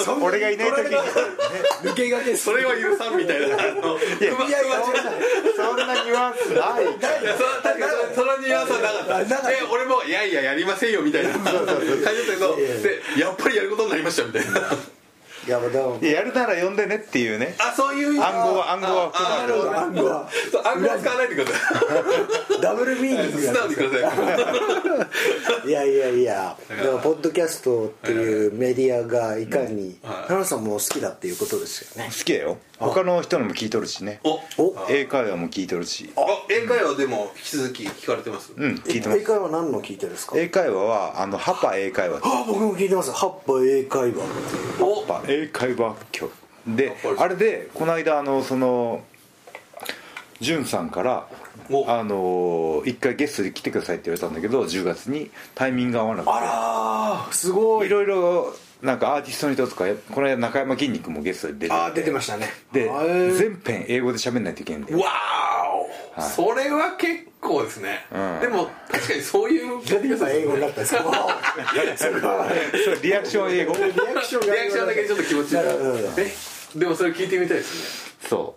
Speaker 2: そんに
Speaker 3: (laughs) 俺がいない時に
Speaker 2: 取られ (laughs) ない抜け駆けす
Speaker 1: そ
Speaker 2: る
Speaker 1: れは許さんみたいなあの
Speaker 3: いや
Speaker 1: うま
Speaker 2: いやい
Speaker 1: う
Speaker 2: や
Speaker 1: ま
Speaker 3: そんなニュアンスない
Speaker 1: いやその確かにそのニュアンスはなかったで俺も「いやいややりませんよ」みたいな感じだったけどでやっぱりやることになりましたみたいない
Speaker 2: やもうでも
Speaker 3: いややるなら呼んでねっていうね
Speaker 1: あそういう
Speaker 3: 暗号は暗号は
Speaker 1: ああ
Speaker 2: なるほど暗号は
Speaker 1: そう暗号は使わないでくださ
Speaker 2: ダブルミーニン
Speaker 1: い
Speaker 2: グ
Speaker 1: 素
Speaker 2: や
Speaker 1: 直にください
Speaker 2: いやいやいやだからポッドキャストっていうメディアがいかに
Speaker 1: はい
Speaker 2: 田中さんも好きだっていうことですよね
Speaker 3: 好きだよ他の人のも聞いとるしね
Speaker 1: お
Speaker 2: お
Speaker 3: 英会話も聞いとるし
Speaker 1: あ英会話でも引き続き聞かれてます
Speaker 3: うん聞いてま
Speaker 2: 英
Speaker 3: す
Speaker 2: 会話何の聞いてるんですか
Speaker 3: 英会話はあのハパ英会話
Speaker 2: あ僕も聞いてます「ハッパ英会話」っていう
Speaker 1: お
Speaker 3: ハパ英会話教で
Speaker 1: やっぱ
Speaker 3: あれでこの間あのそのじゅんさんから
Speaker 1: お
Speaker 3: あの一回ゲストで来てくださいって言われたんだけど10月にタイミングが合わなくて
Speaker 2: あらすご
Speaker 3: いろいろなんかアーティストの人とかこの間中山筋肉もゲストで出て
Speaker 2: あー出てましたね
Speaker 3: で
Speaker 2: あー
Speaker 3: 全編英語で喋んないといけないんだよ
Speaker 1: わーお、それは結構ですね、
Speaker 3: ん
Speaker 1: でも確かにそう
Speaker 2: (laughs)
Speaker 1: いう
Speaker 2: なんで今英語になったんですかそれは
Speaker 3: そうリアクション英語
Speaker 2: リアクション
Speaker 1: リ
Speaker 2: が
Speaker 1: アクションだけちょっと気持ちいい
Speaker 2: なるほど
Speaker 1: えでもそれ聞いてみたいですね
Speaker 3: そ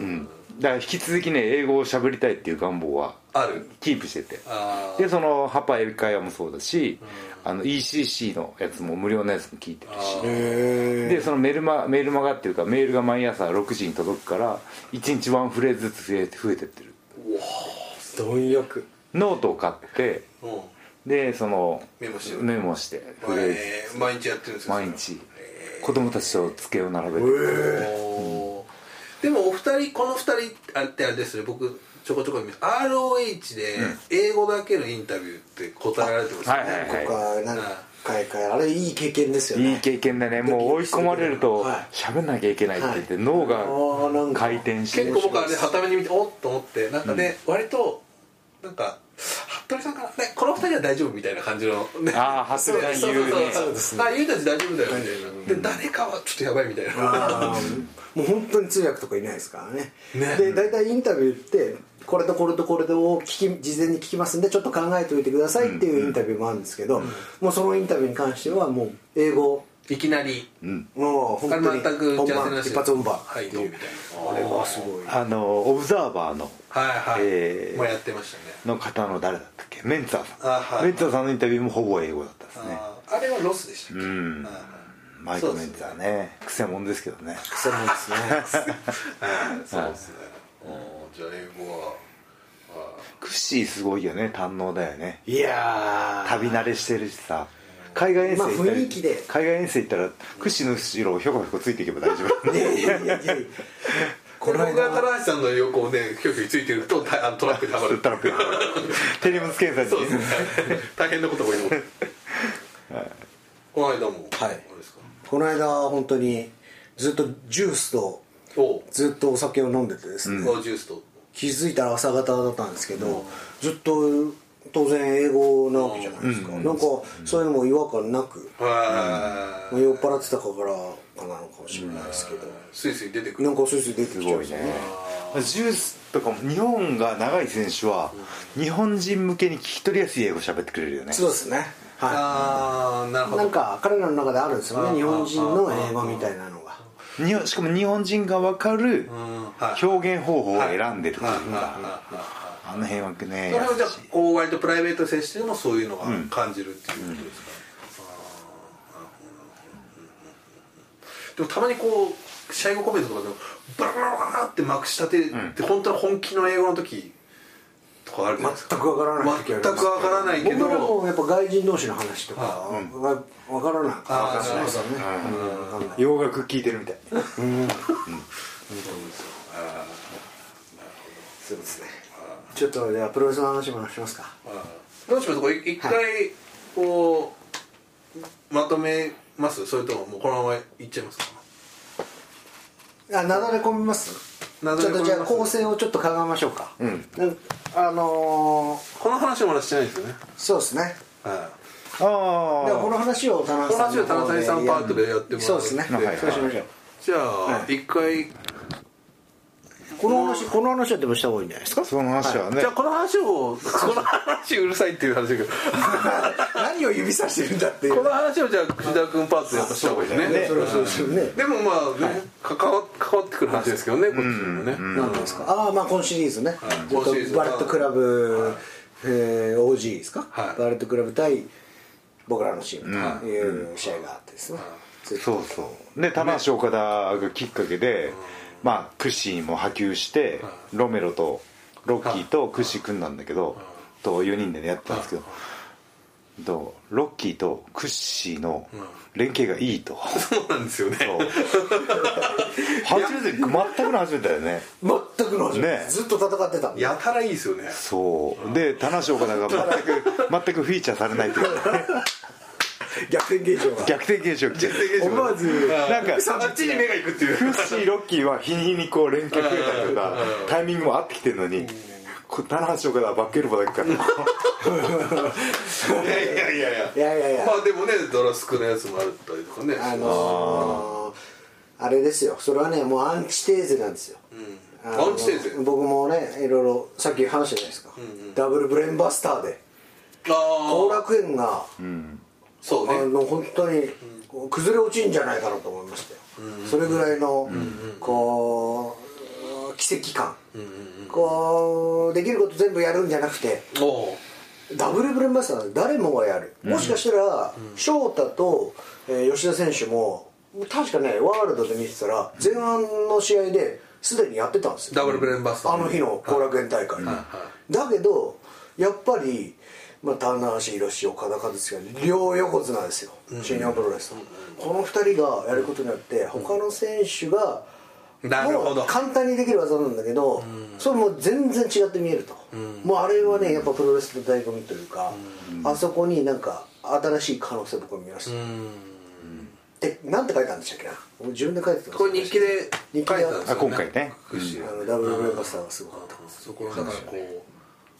Speaker 3: ううんだから引き続きね英語を喋りたいっていう願望は
Speaker 1: ある
Speaker 3: キープしてて
Speaker 1: あー
Speaker 3: でそのハパ英会話もそうだし、あの ECC のやつも無料のやつも聞いてるし
Speaker 2: へ
Speaker 3: でそのメルマメルマガっていうかメールが毎朝6時に届くから1日ワンフレーズずつ増えて増えてってる
Speaker 2: ー貪欲
Speaker 3: ノートを買って
Speaker 1: うん
Speaker 3: でその
Speaker 1: メモしてる
Speaker 3: メモしてフレーズ
Speaker 1: えー毎日やってるんですよ
Speaker 3: 毎日子供たちと机を並べて
Speaker 1: おーでもお二人この二人あれってあれですね僕ちょこちょこ見ます ROH で英語だけのインタビューって答えられてますよね、
Speaker 3: はいはい
Speaker 2: とか何回かあれいい経験ですよね
Speaker 3: いい経験だねもう追い込まれると
Speaker 2: はい
Speaker 3: 喋んなきゃいけないって言って脳
Speaker 2: あーなん
Speaker 3: が
Speaker 2: か
Speaker 3: 回転して
Speaker 1: 結構僕あれはために見ておっと思ってなんかね、割となんか服部さんから、ね、この二人は大丈夫みたいな感じの、ね、
Speaker 3: ああ服部さん言うね
Speaker 1: そうそうそう
Speaker 2: す
Speaker 1: あゆうたち大丈夫だよみたいな、で誰かはちょっとやばいみたいな
Speaker 2: あーもう本当に通訳とかいないですからね
Speaker 1: ね
Speaker 2: で大体インタビューってこれとこれとこれを聞き事前に聞きますんでちょっと考えておいてくださいっていうインタビューもあるんですけど、もうそのインタビューに関してはもう英語
Speaker 1: いきなり、うん、
Speaker 2: もう本当に
Speaker 1: 全く打
Speaker 2: 本
Speaker 1: ち合わせ
Speaker 2: 番
Speaker 1: なし
Speaker 2: 一発本番
Speaker 1: はいどうみたいな
Speaker 2: あれはすごい
Speaker 3: あのオブザーバーの
Speaker 1: はいはい、
Speaker 3: えー
Speaker 1: もうやってましたね
Speaker 3: の方の誰だったっけメンツァー
Speaker 1: あ
Speaker 3: さ
Speaker 1: はい
Speaker 3: んメンツァーさんのインタビューもほぼ英語だったですね
Speaker 1: あーあれはロスでしたっけ、
Speaker 3: うん
Speaker 1: あ
Speaker 3: マイク・メンツァーねくせ者ですけどね
Speaker 2: そうなんですね
Speaker 1: ーうんそうですね、おーじゃあ英語は
Speaker 3: クッシーすごいよね堪能だよね
Speaker 2: いやー
Speaker 3: 旅慣れしてるしさ海外遠征行った
Speaker 2: ま
Speaker 3: り
Speaker 2: あ雰囲気で
Speaker 3: 海外遠征行ったらクッシーの後ろをひょこひょこついていけば大
Speaker 1: (laughs)
Speaker 3: 丈夫
Speaker 2: いやいやいやいや
Speaker 1: こ
Speaker 2: こ
Speaker 1: れ
Speaker 2: の
Speaker 1: 僕
Speaker 2: 間
Speaker 1: が棚橋さんの横をねキョキョキついてるとたあのトラックにはま
Speaker 3: (laughs)
Speaker 1: る
Speaker 3: トラックで手荷物検査
Speaker 1: そう
Speaker 3: に
Speaker 1: ですね大変なことが多いのこの間もあ
Speaker 2: はい
Speaker 1: れですか
Speaker 2: この間本当にずっとジュースと
Speaker 1: おう
Speaker 2: ずっとお酒を飲んでてですね、
Speaker 1: おジュースと
Speaker 2: 気づいたら朝方だったんですけど、ずっと当然英語なわけじゃないですか、なんかそういうのも違和感なく、
Speaker 1: は
Speaker 2: 酔っ払ってたからかなのかもしれないですけ
Speaker 1: い
Speaker 2: ど、
Speaker 1: スイスイ出てくる
Speaker 2: なんかスイスイ出て
Speaker 3: す
Speaker 2: きちゃうん
Speaker 3: ごい
Speaker 2: ですよ
Speaker 3: ねジュースとかも日本が長い選手は日本人向けに聞き取りやすい英語喋ってくれるよね
Speaker 2: そうですねは
Speaker 1: ああなる
Speaker 2: い
Speaker 1: ほ
Speaker 2: なん
Speaker 1: ど
Speaker 2: か彼らの中であるんですよ
Speaker 1: あー
Speaker 2: ね日本人の英語みたいなのが
Speaker 3: 日本しかも日本人が分か
Speaker 1: う
Speaker 3: る
Speaker 1: んはい
Speaker 3: 表現方法を選んでるってい
Speaker 1: はいはいうは
Speaker 3: か
Speaker 1: いはい
Speaker 3: あの辺はね
Speaker 1: それをじゃあこう割とプライベートで接してもそういうのが感じるっていうことですか、あーなるほどなるほどうんうんうんうんでもたまにこう試合後コメントとかでもバラバラバラってまくしたてって本当に本気の英語の時とかあるじゃないですか
Speaker 2: 全くわからない時あります
Speaker 1: 全くわからないけど
Speaker 2: 僕らもやっぱ外人同士の話とかはわからないわ
Speaker 1: あー
Speaker 2: からないですよねうんわかんない
Speaker 3: 洋楽聴いてるみたい
Speaker 2: そうですねちょっとじゃあプロレスの話もしますか
Speaker 1: どうしますこれ一回こうまとめますそれとももうこのままいっちゃいますか
Speaker 2: あなだれ込みます
Speaker 1: なだ
Speaker 2: ち
Speaker 1: れ
Speaker 2: ょ
Speaker 1: 込
Speaker 2: っ
Speaker 1: みま
Speaker 2: と
Speaker 1: す
Speaker 2: じゃあ構成をちょっと考えましょうか
Speaker 3: うん
Speaker 2: あのー
Speaker 1: この話はまだしてないですよね
Speaker 2: そうですね
Speaker 1: はい
Speaker 2: だからこの
Speaker 3: あ
Speaker 2: 話を田中
Speaker 1: この
Speaker 2: さん
Speaker 1: 話を田中さんパートでやってもらう
Speaker 2: そうですね
Speaker 3: はい
Speaker 2: そうしましょう
Speaker 1: じゃあ
Speaker 2: は
Speaker 1: 一回
Speaker 2: この話この話はでもした方がいいんじゃな
Speaker 1: (laughs)
Speaker 2: いですか
Speaker 3: あその話はね、
Speaker 1: じゃあこの話をこの話うるさいっていう話だけど
Speaker 2: 何を指さしてるんだっていう
Speaker 1: この話をじゃあ串田君パートでやっぱした方がいいね
Speaker 2: それはそうですよね
Speaker 1: でもまあね、関わ関わってくる話ですけどねこっちにもね、
Speaker 2: 何なんですかああまあ今シリーズね
Speaker 1: はい
Speaker 2: ちょっと
Speaker 1: 今シリーズ
Speaker 2: バレットクラブえー OG ですか
Speaker 1: はい
Speaker 2: バレットクラブ対僕らのチームという試合があってですねずっと
Speaker 3: そうそうで棚橋岡田がきっかけで、まあクッシーも波及して、ロメロとロッキーとクッシー組んだんだけど、と4人でねやってたんですけど、とロッキーとクッシーの連携がいいと、
Speaker 1: そうなんですよね
Speaker 3: そう初めて全くの初めてだよね
Speaker 2: 全くの初めて
Speaker 3: ね
Speaker 2: ずっと戦ってたんで
Speaker 1: やたらいいですよね
Speaker 3: そうで棚橋岡田が全く全くフィーチャーされないという
Speaker 2: 逆転現象が
Speaker 3: 逆転現象逆転
Speaker 2: 思わず
Speaker 3: なんか
Speaker 1: あっちに目がいくっていう
Speaker 3: クッシーロッキーは日に日にこう連携増えたりとかタイミングも合ってきてるのにこう棚橋岡田はバックエルボーだけから
Speaker 1: いやいやいやいや
Speaker 2: いやいやいや
Speaker 1: まあでもねドラスクのやつもあったりとかね
Speaker 2: あのーあれですよそれはねもうアンチテーゼなんですよ、あのー
Speaker 1: アンチテーゼ
Speaker 2: 僕もねいろいろさっき話したじゃないですか、ダブルブレーンバスターで後
Speaker 1: ああ
Speaker 2: 楽園が、
Speaker 1: そう
Speaker 2: あ
Speaker 1: ね
Speaker 2: の本当にこう崩れ落ちんじゃないかなと思いましたよ、それぐらいの、こう奇跡感、こうできること全部やるんじゃなくて
Speaker 1: おお
Speaker 2: ダブルブレンバスター誰もがやる、もしかしたら、翔太と、えー吉田選手も確かねワールドで見てたら前半の試合ですでにやってたんですよ
Speaker 1: ダブルブレーンバスター
Speaker 2: あの日の後楽園大会、だけどやっぱり、まあ、棚橋宏岡田和親両横綱ですよ新日本プロレスの、この2人がやることによって他の選手が、
Speaker 1: なるほど
Speaker 2: もう簡単にできる技なんだけど、それもう全然違って見えると、もうあれはねやっぱプロレスの醍醐味というか、あそこになんか新しい可能性僕は見ました、でなんて書いたんでしたっけな俺自分で書いてたんです
Speaker 1: これ日記で書いてたんです
Speaker 3: あ
Speaker 1: よ、ね、
Speaker 3: 今回ね
Speaker 1: クッシー
Speaker 2: あのダブルブレーバスターがすごかった
Speaker 1: そこだからこ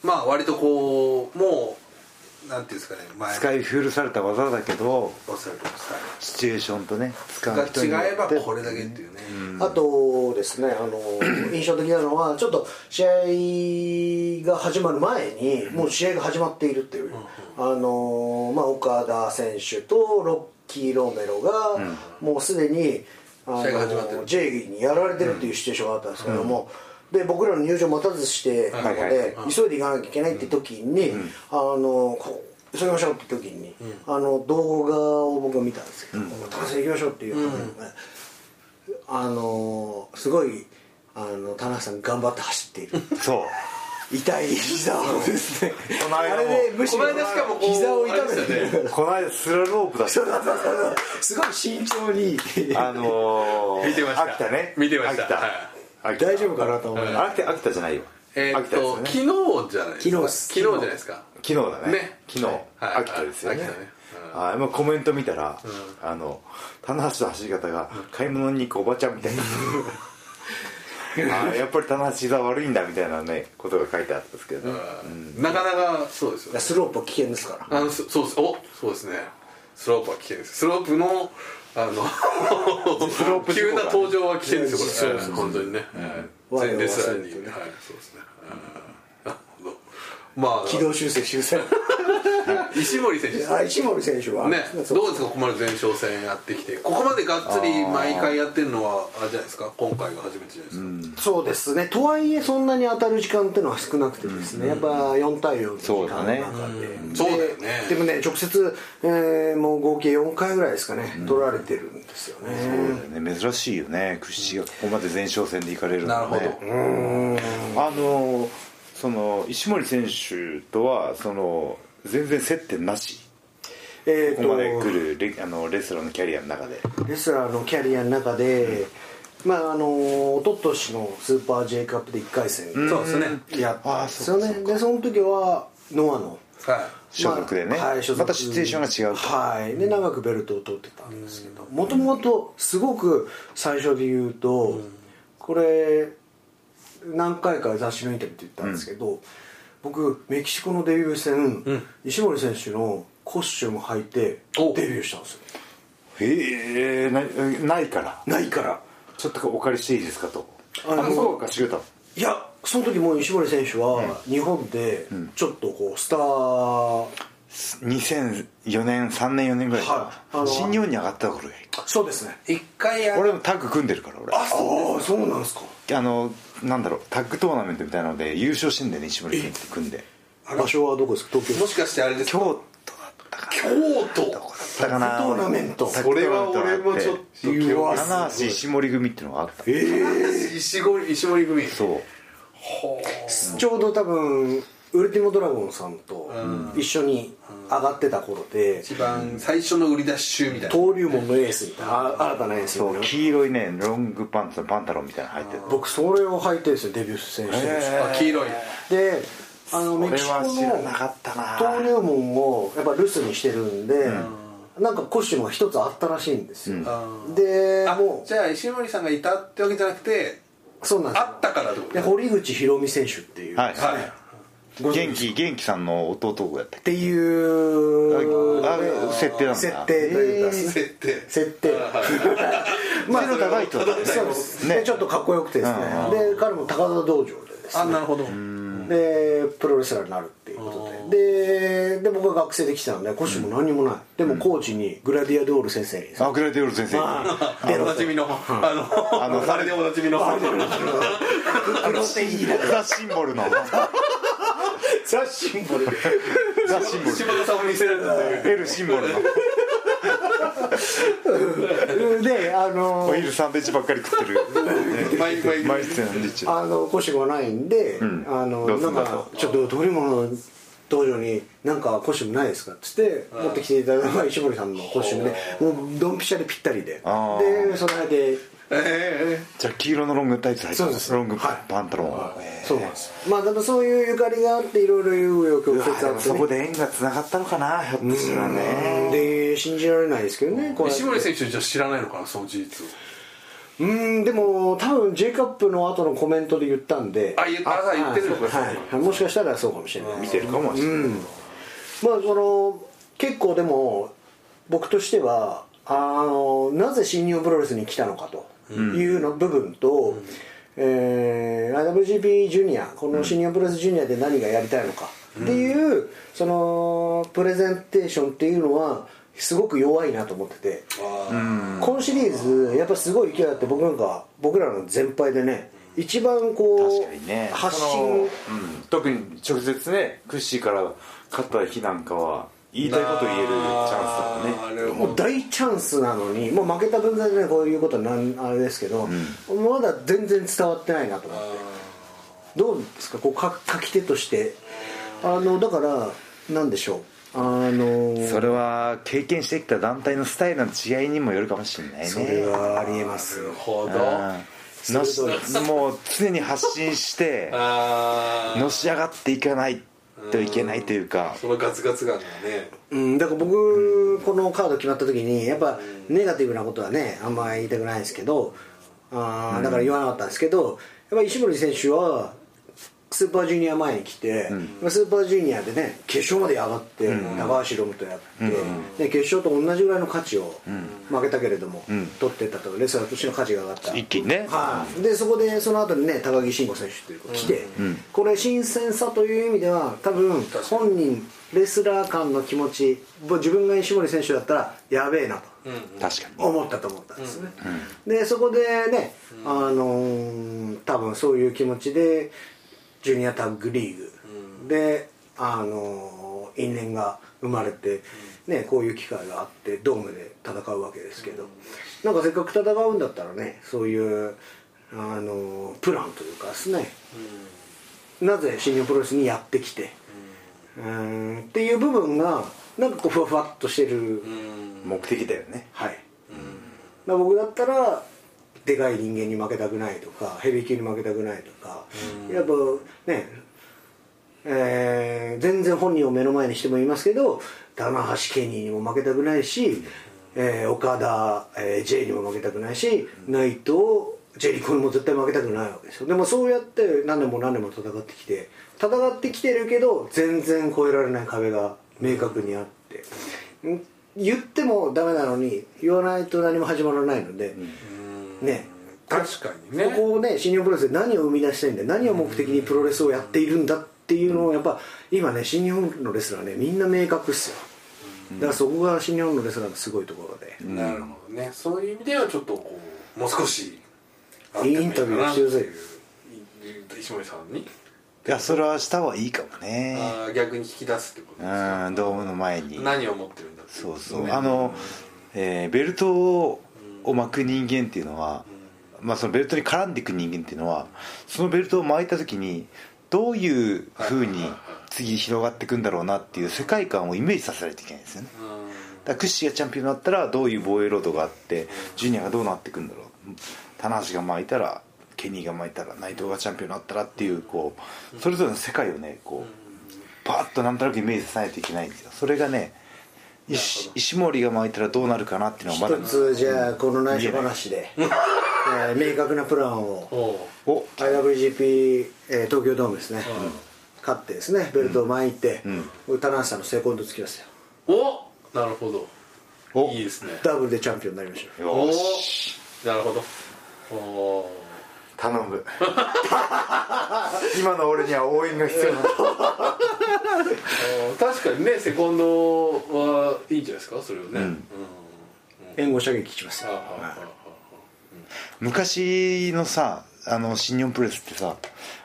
Speaker 1: うまあ割とこうもうなんていうんですかね前
Speaker 3: 使い古された技だけど
Speaker 1: おっしゃるとおりス
Speaker 3: シチュエーションとね使
Speaker 1: タイ
Speaker 3: う人
Speaker 1: ル
Speaker 3: によ
Speaker 1: が違えば
Speaker 3: って
Speaker 1: これだけっていうね、
Speaker 2: あとですね、
Speaker 1: (clears throat)
Speaker 2: あの印象的なのはちょっと試合が始まる前にもう試合が始まっているっていう、あのまあ、岡田選手とロッキー・ロメロがもうすでに、あ
Speaker 1: 試合が始まってる
Speaker 2: の J リーグにやられてるっていうシチュエーションがあったんですけども、で僕らの入場待たずしてたので、
Speaker 3: はいはいはい
Speaker 2: 急いで行かなきゃいけないって時に、あのこう急ぎましょうって時に、あの動画を僕が見たんですけど「高瀬行きましょう」っていう時にねあのすごいあの田中さん頑張って走ってい
Speaker 1: (laughs)
Speaker 2: る
Speaker 3: そう
Speaker 2: 痛い膝をですね
Speaker 3: この
Speaker 2: あ
Speaker 3: 間も
Speaker 2: れでむしろ
Speaker 1: この間しかもこう
Speaker 2: 膝を痛め
Speaker 1: あれで
Speaker 2: て
Speaker 1: すよ
Speaker 2: る
Speaker 3: この間スラロープだった
Speaker 2: そうそうそうそうすごい慎
Speaker 1: (laughs)
Speaker 2: 重に
Speaker 3: あのー、
Speaker 1: 見てました
Speaker 3: 秋田ね
Speaker 1: 見てました
Speaker 3: 秋田、
Speaker 1: はい
Speaker 3: 秋田
Speaker 2: 大丈夫かなと思います
Speaker 3: 秋田秋田じゃないよ、
Speaker 1: えーっ
Speaker 3: 秋田
Speaker 1: と、
Speaker 3: ですよね
Speaker 1: 昨日じゃないですか
Speaker 2: 昨日っす
Speaker 1: 昨日じゃないですか
Speaker 3: 昨日だね
Speaker 1: ね
Speaker 3: 昨日、
Speaker 1: はい
Speaker 3: 秋田ですよね
Speaker 1: 秋田ね
Speaker 3: あー今コメント見たら、あの棚橋の走り方が買い物に行くおばちゃんみたいな (laughs) あーやっぱり棚橋膝悪いんだみたいなねことが書いてあったんですけどね、
Speaker 1: なかなかそうですよね
Speaker 2: スロープは危険ですから
Speaker 1: あのそそうですおそうですねスロープは危険ですスロープのあの
Speaker 3: スロープ事
Speaker 1: 急
Speaker 3: 故
Speaker 1: な
Speaker 3: が
Speaker 1: 登場は危険ですよこれ、
Speaker 2: そうそうそう
Speaker 1: 本当にね、
Speaker 2: 我
Speaker 1: はい前
Speaker 2: 々は
Speaker 1: 列ラ
Speaker 2: 忘
Speaker 1: に、
Speaker 2: れてね
Speaker 1: はいそうですね、うんなるほどまあ
Speaker 2: 軌道修正修正
Speaker 1: 石森選手です
Speaker 2: あ石森選手は
Speaker 1: ね、
Speaker 2: そう
Speaker 1: どうですかここまで前哨戦やってきてここまでがっつり毎回やってるのはあれじゃないですか今回が初めてじゃないですか、
Speaker 2: そうですねとはいえそんなに当たる時間っていうのは少なくてですね、やっぱ4対4の時間の中で
Speaker 3: そうだ
Speaker 2: で
Speaker 1: そうだよね
Speaker 2: でもね直接、えーもう合計4回ぐらいですかね、取られてるんですよね
Speaker 3: そうだよね珍しいよね屈指がここまで前哨戦で行かれるの
Speaker 1: なる
Speaker 3: は
Speaker 1: ほど、
Speaker 3: ねあのその石森選手とはその全然接点なし
Speaker 2: え
Speaker 3: ここまで来るレあのレスラーのキャリアの中で
Speaker 2: レスラーのキャリアの中で、まああの一昨年のスーパー J カップで1回戦
Speaker 1: そうですね
Speaker 2: やったんですよ
Speaker 3: あ
Speaker 2: ね、でその時はノアの
Speaker 1: は
Speaker 3: 所属でね、
Speaker 2: まあはい、所属
Speaker 3: またシチュエーションが違うと、
Speaker 2: はいで長くベルトを取ってたんですけどもともとすごく最初で言うと、これ何回か雑誌のインタビューって言ったんですけど、僕メキシコのデビュー戦、石森選手のコスチューム履いて
Speaker 1: お
Speaker 2: デビューしたんですよ
Speaker 3: へえなないから
Speaker 2: ないから
Speaker 3: ちょっとお借りしていいですかと
Speaker 2: あ
Speaker 3: あ
Speaker 2: の
Speaker 3: のそうか茂田
Speaker 2: いやその時もう石森選手は日本でちょっとこうスター、
Speaker 3: 2004年3年4年ぐらいかな
Speaker 2: はいあの
Speaker 3: 新日本に上がった頃で
Speaker 2: そうですね
Speaker 1: 一回や
Speaker 3: 俺もタッグ組んでるから俺
Speaker 2: あそうそうなんですか
Speaker 3: あのなんだろうタッグトーナメントみたいなので優勝してんだよね西森君って組んで
Speaker 2: 場所はどこですか東京
Speaker 1: もしかしてあれです
Speaker 3: 京
Speaker 1: か
Speaker 3: 都だったかな
Speaker 1: 京都
Speaker 3: だったかな
Speaker 2: タッグトーナメント
Speaker 3: タッグトーナメントがあって
Speaker 1: それは俺もちょっと
Speaker 2: 記憶が
Speaker 3: 棚橋石森組っていうのがあった
Speaker 1: 石森石森組
Speaker 3: そう
Speaker 2: ちょうど多分ウルティモドラゴンさんと一緒に上がってた頃で
Speaker 1: 一番最初の売り出し中みたいな
Speaker 2: 登竜門のエースみたいなあ新たなエースみ
Speaker 3: そ
Speaker 2: た
Speaker 3: う
Speaker 2: いな
Speaker 3: 黄色いねロングパンツのパンタロンみたいなの入ってた
Speaker 2: 僕それを履いてですよデビュー選手で
Speaker 3: へ
Speaker 1: あ黄色い
Speaker 2: であのメ
Speaker 3: 俺
Speaker 2: キシコ
Speaker 3: は
Speaker 2: の
Speaker 3: 知らなかったな
Speaker 2: 登竜門をやっぱ留守にしてるんで、なんかコスチュームが一つあったらしいんですよ、で
Speaker 1: あ
Speaker 2: も
Speaker 1: じゃあ石森さんがいたってわけじゃなくて
Speaker 2: うそうなんですよ
Speaker 1: あったからってこと
Speaker 2: で堀口博美選手っていう、
Speaker 3: はい
Speaker 2: っ
Speaker 1: はい
Speaker 2: ご存知
Speaker 3: 元気元気さんの弟をやったっけ
Speaker 2: ていう
Speaker 3: ああ設定なんだ
Speaker 2: 設定というか、
Speaker 1: 設定
Speaker 2: 設定 (laughs) ま
Speaker 3: ゼロ高い人だったね
Speaker 2: そうです、
Speaker 3: ね
Speaker 2: でちょっとかっこよくてですね、で彼も高田道場でです
Speaker 1: あ
Speaker 2: ね
Speaker 1: なるほど
Speaker 2: でプロレスラーになるっていうことででで僕が学生で来たんでコッシュも何にもない、でもコーチにグラディアドール先生に
Speaker 3: あグラディオール先生
Speaker 2: (laughs) あ
Speaker 1: あおなじみのあの
Speaker 3: あ
Speaker 1: あ
Speaker 3: の
Speaker 1: の誰でおなじみの
Speaker 3: ザ・シンボルの
Speaker 2: ザ・シンボル
Speaker 3: ザ・シンボ
Speaker 1: 柴田さんを見せられたという
Speaker 3: ル L シンボルの
Speaker 2: であの
Speaker 3: オイルサンドイッチばっかり食ってる
Speaker 1: 毎回
Speaker 3: 毎日サンドイッチ
Speaker 2: あのコッシュがないんで、
Speaker 3: ん
Speaker 2: あの
Speaker 3: どうす
Speaker 2: なんん
Speaker 3: だと
Speaker 2: かちょっと通り物の道場になんかコッシュないですかっつって持ってきていただいたのが石森さんのコッシュでもうドンピシャでぴったりでで
Speaker 3: あ
Speaker 2: その辺で
Speaker 1: え
Speaker 3: じゃあ黄色のロングタイツ入
Speaker 2: そう
Speaker 3: っ
Speaker 2: です
Speaker 3: てロング
Speaker 2: はい
Speaker 3: パンタロン
Speaker 2: そうなんですまあだからそういうゆかりがあっていろいろ有用曲折
Speaker 3: あで
Speaker 2: あ
Speaker 3: も
Speaker 2: っ
Speaker 3: そこ
Speaker 2: て
Speaker 3: で縁がつながったのかなひょっとしたらね
Speaker 2: で信じられないですけどねこ
Speaker 1: え
Speaker 2: うやって
Speaker 1: 石森選手じゃ知らないのかなその事実を
Speaker 2: うんでも多分 J カップの後のコメントで言ったんで
Speaker 1: あ言ったあ言ってるのか
Speaker 2: はいはいもしかしたらそうかもしれない
Speaker 3: 見てるかもしれない
Speaker 2: まあその結構でも僕としてはあのなぜ新日本プロレスに来たのかというの部分と、えー IWGP ジュニアこの新日本プロレスジュニアで何がやりたいのかっていう、そのプレゼンテーションっていうのはすごく弱いなと思ってて。今シリーズやっぱすごい勢いあって僕なんか僕らの全敗でね一番こ
Speaker 3: 確かに
Speaker 2: う、
Speaker 3: ね
Speaker 2: 発
Speaker 3: そのう
Speaker 2: 信
Speaker 3: ん特に直接ねクッシーから勝った日なんかは言いたいこと言えるチャンスだもんね
Speaker 1: ね
Speaker 2: もう大チャンスなのにもう負けた分際でねこういうことなんあれですけど、まだ全然伝わってないなと思ってどうですかこうか書き手としてあのだからなんでしょうあの
Speaker 3: それは経験してきた団体のスタイルの違いにもよるかもしれないね
Speaker 2: それはありえます
Speaker 1: なるほど
Speaker 3: うんのしもう常に発信 (laughs) して
Speaker 1: あ
Speaker 3: のし上がっていかないといけないというか
Speaker 1: あそのガツガツ感がね
Speaker 2: うん、だから僕このカード決まった時にやっぱネガティブなことはねあんま言いたくないんですけどあーだから言わなかったんですけどやっぱ石森選手はスーパージュニア前に来て、スーパージュニアでね決勝まで上がって、高橋ロとやって、で決勝と同じぐらいの価値を負けたけれども、取ってったとレスラーとしての価値が上がった
Speaker 3: 一気にね
Speaker 2: はい、でそこでその後にね高木慎吾選手っていう子が来て、これ新鮮さという意味では多分本人レスラー間の気持ちぼ自分が石森選手だったらやべえなと
Speaker 3: 確かに
Speaker 2: 思ったと思ったんですね、でそこでね、あのー多分そういう気持ちでジュニアタッグリーグで、あのー因縁が生まれて、ね、こういう機会があってドームで戦うわけですけど、なんかせっかく戦うんだったらねそういう、あのープランというかですね、なぜ新日本プロレスにやってきて、うんっていう部分がなんかこうふわふわっとしてる
Speaker 3: 目的だよね
Speaker 2: はい、だから僕だったらでかい人間に負けたくないとかヘビー級に負けたくないとか、やっぱねえー全然本人を目の前にしても言いますけど棚橋ケニーにも負けたくないし、えー岡田、えー J にも負けたくないし、内藤ジェリコにも絶対負けたくないわけですよでもそうやって何年も何年も戦ってきて戦ってきてるけど全然越えられない壁が明確にあって、ん言ってもダメなのに言わないと何も始まらないので、ね
Speaker 1: 確かにね
Speaker 2: ここをね新日本プロレスで何を生み出したいんだ何を目的にプロレスをやっているんだっていうのをやっぱ今ね新日本のレスラーねみんな明確っすよだからそこが新日本のレスラーのすごいところで、
Speaker 1: なるほどねそういう意味ではちょっとこうもう少し
Speaker 2: いいインタビューをしてくださいよ
Speaker 1: い石森さんに
Speaker 3: いやそれはした方がいいかもね
Speaker 1: あー逆に聞き出すってことですか
Speaker 3: うんドームの前に
Speaker 1: 何を持ってるんだってい
Speaker 3: そうそうあの、えーベルトを巻く人間っていうのは、まあ、そのベルトに絡んでいく人間っていうのはそのベルトを巻いた時にどういうふうに次広がっていくんだろうなっていう世界観をイメージさせないといけないですよね
Speaker 1: うん
Speaker 3: だからクッシーがチャンピオンになったらどういう防衛ロードがあってジュニアがどうなっていくんだろう棚橋が巻いたらケニーが巻いたら内藤がチャンピオンになったらっていうこうそれぞれの世界をねこうパーッとなんとなくイメージさせないといけないんですよそれがね石石森が巻いたらどうなるかなっていうのはまだ
Speaker 2: 一つじゃあこの内緒話で、えー明確なプランを
Speaker 1: おう
Speaker 3: お
Speaker 2: IWGP、えー東京ドームですね、勝ってですねベルトを巻いて、棚橋さんのセコンドつきますよ
Speaker 1: おなるほど
Speaker 3: お
Speaker 1: いいですね
Speaker 2: ダブルでチャンピオンになりましたよ
Speaker 1: お
Speaker 3: よし
Speaker 1: おなるほどお
Speaker 3: 頼
Speaker 1: (laughs)
Speaker 3: む今の俺には応援が必要なんだ
Speaker 1: ー確かにねセコンドはいいんじゃないですかそれをね、うん
Speaker 2: 援護射撃します
Speaker 1: あー
Speaker 2: よ
Speaker 1: はーはーは
Speaker 3: 昔のさあの新日本プロレスってさ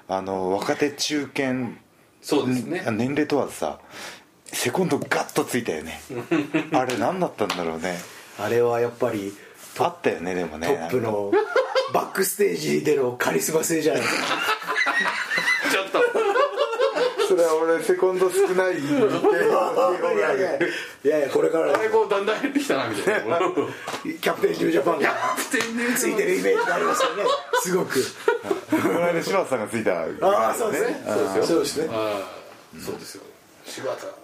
Speaker 3: あの若手中堅
Speaker 1: そうですね
Speaker 3: ん年齢問わずさセコンドガッとついたよ
Speaker 2: (laughs)
Speaker 3: ねあれ何だったんだろうね
Speaker 2: あれはやっぱり
Speaker 3: あったよねでもね
Speaker 2: トップのバックステージでのカリスマ性じゃないですか
Speaker 1: ーちょっと
Speaker 3: それは俺セコンド少ない
Speaker 2: いやいやいやいやこれから
Speaker 1: 最後だんだん減ってきたなみたいな (laughs)
Speaker 2: キャプテンジュージャパンが
Speaker 1: 全然
Speaker 2: ついてるイメージがありますよねすごく
Speaker 3: この間柴田さんがついた
Speaker 2: ああそうですね
Speaker 1: そうですよ
Speaker 2: そうですね
Speaker 1: ああそうですよ柴田さんは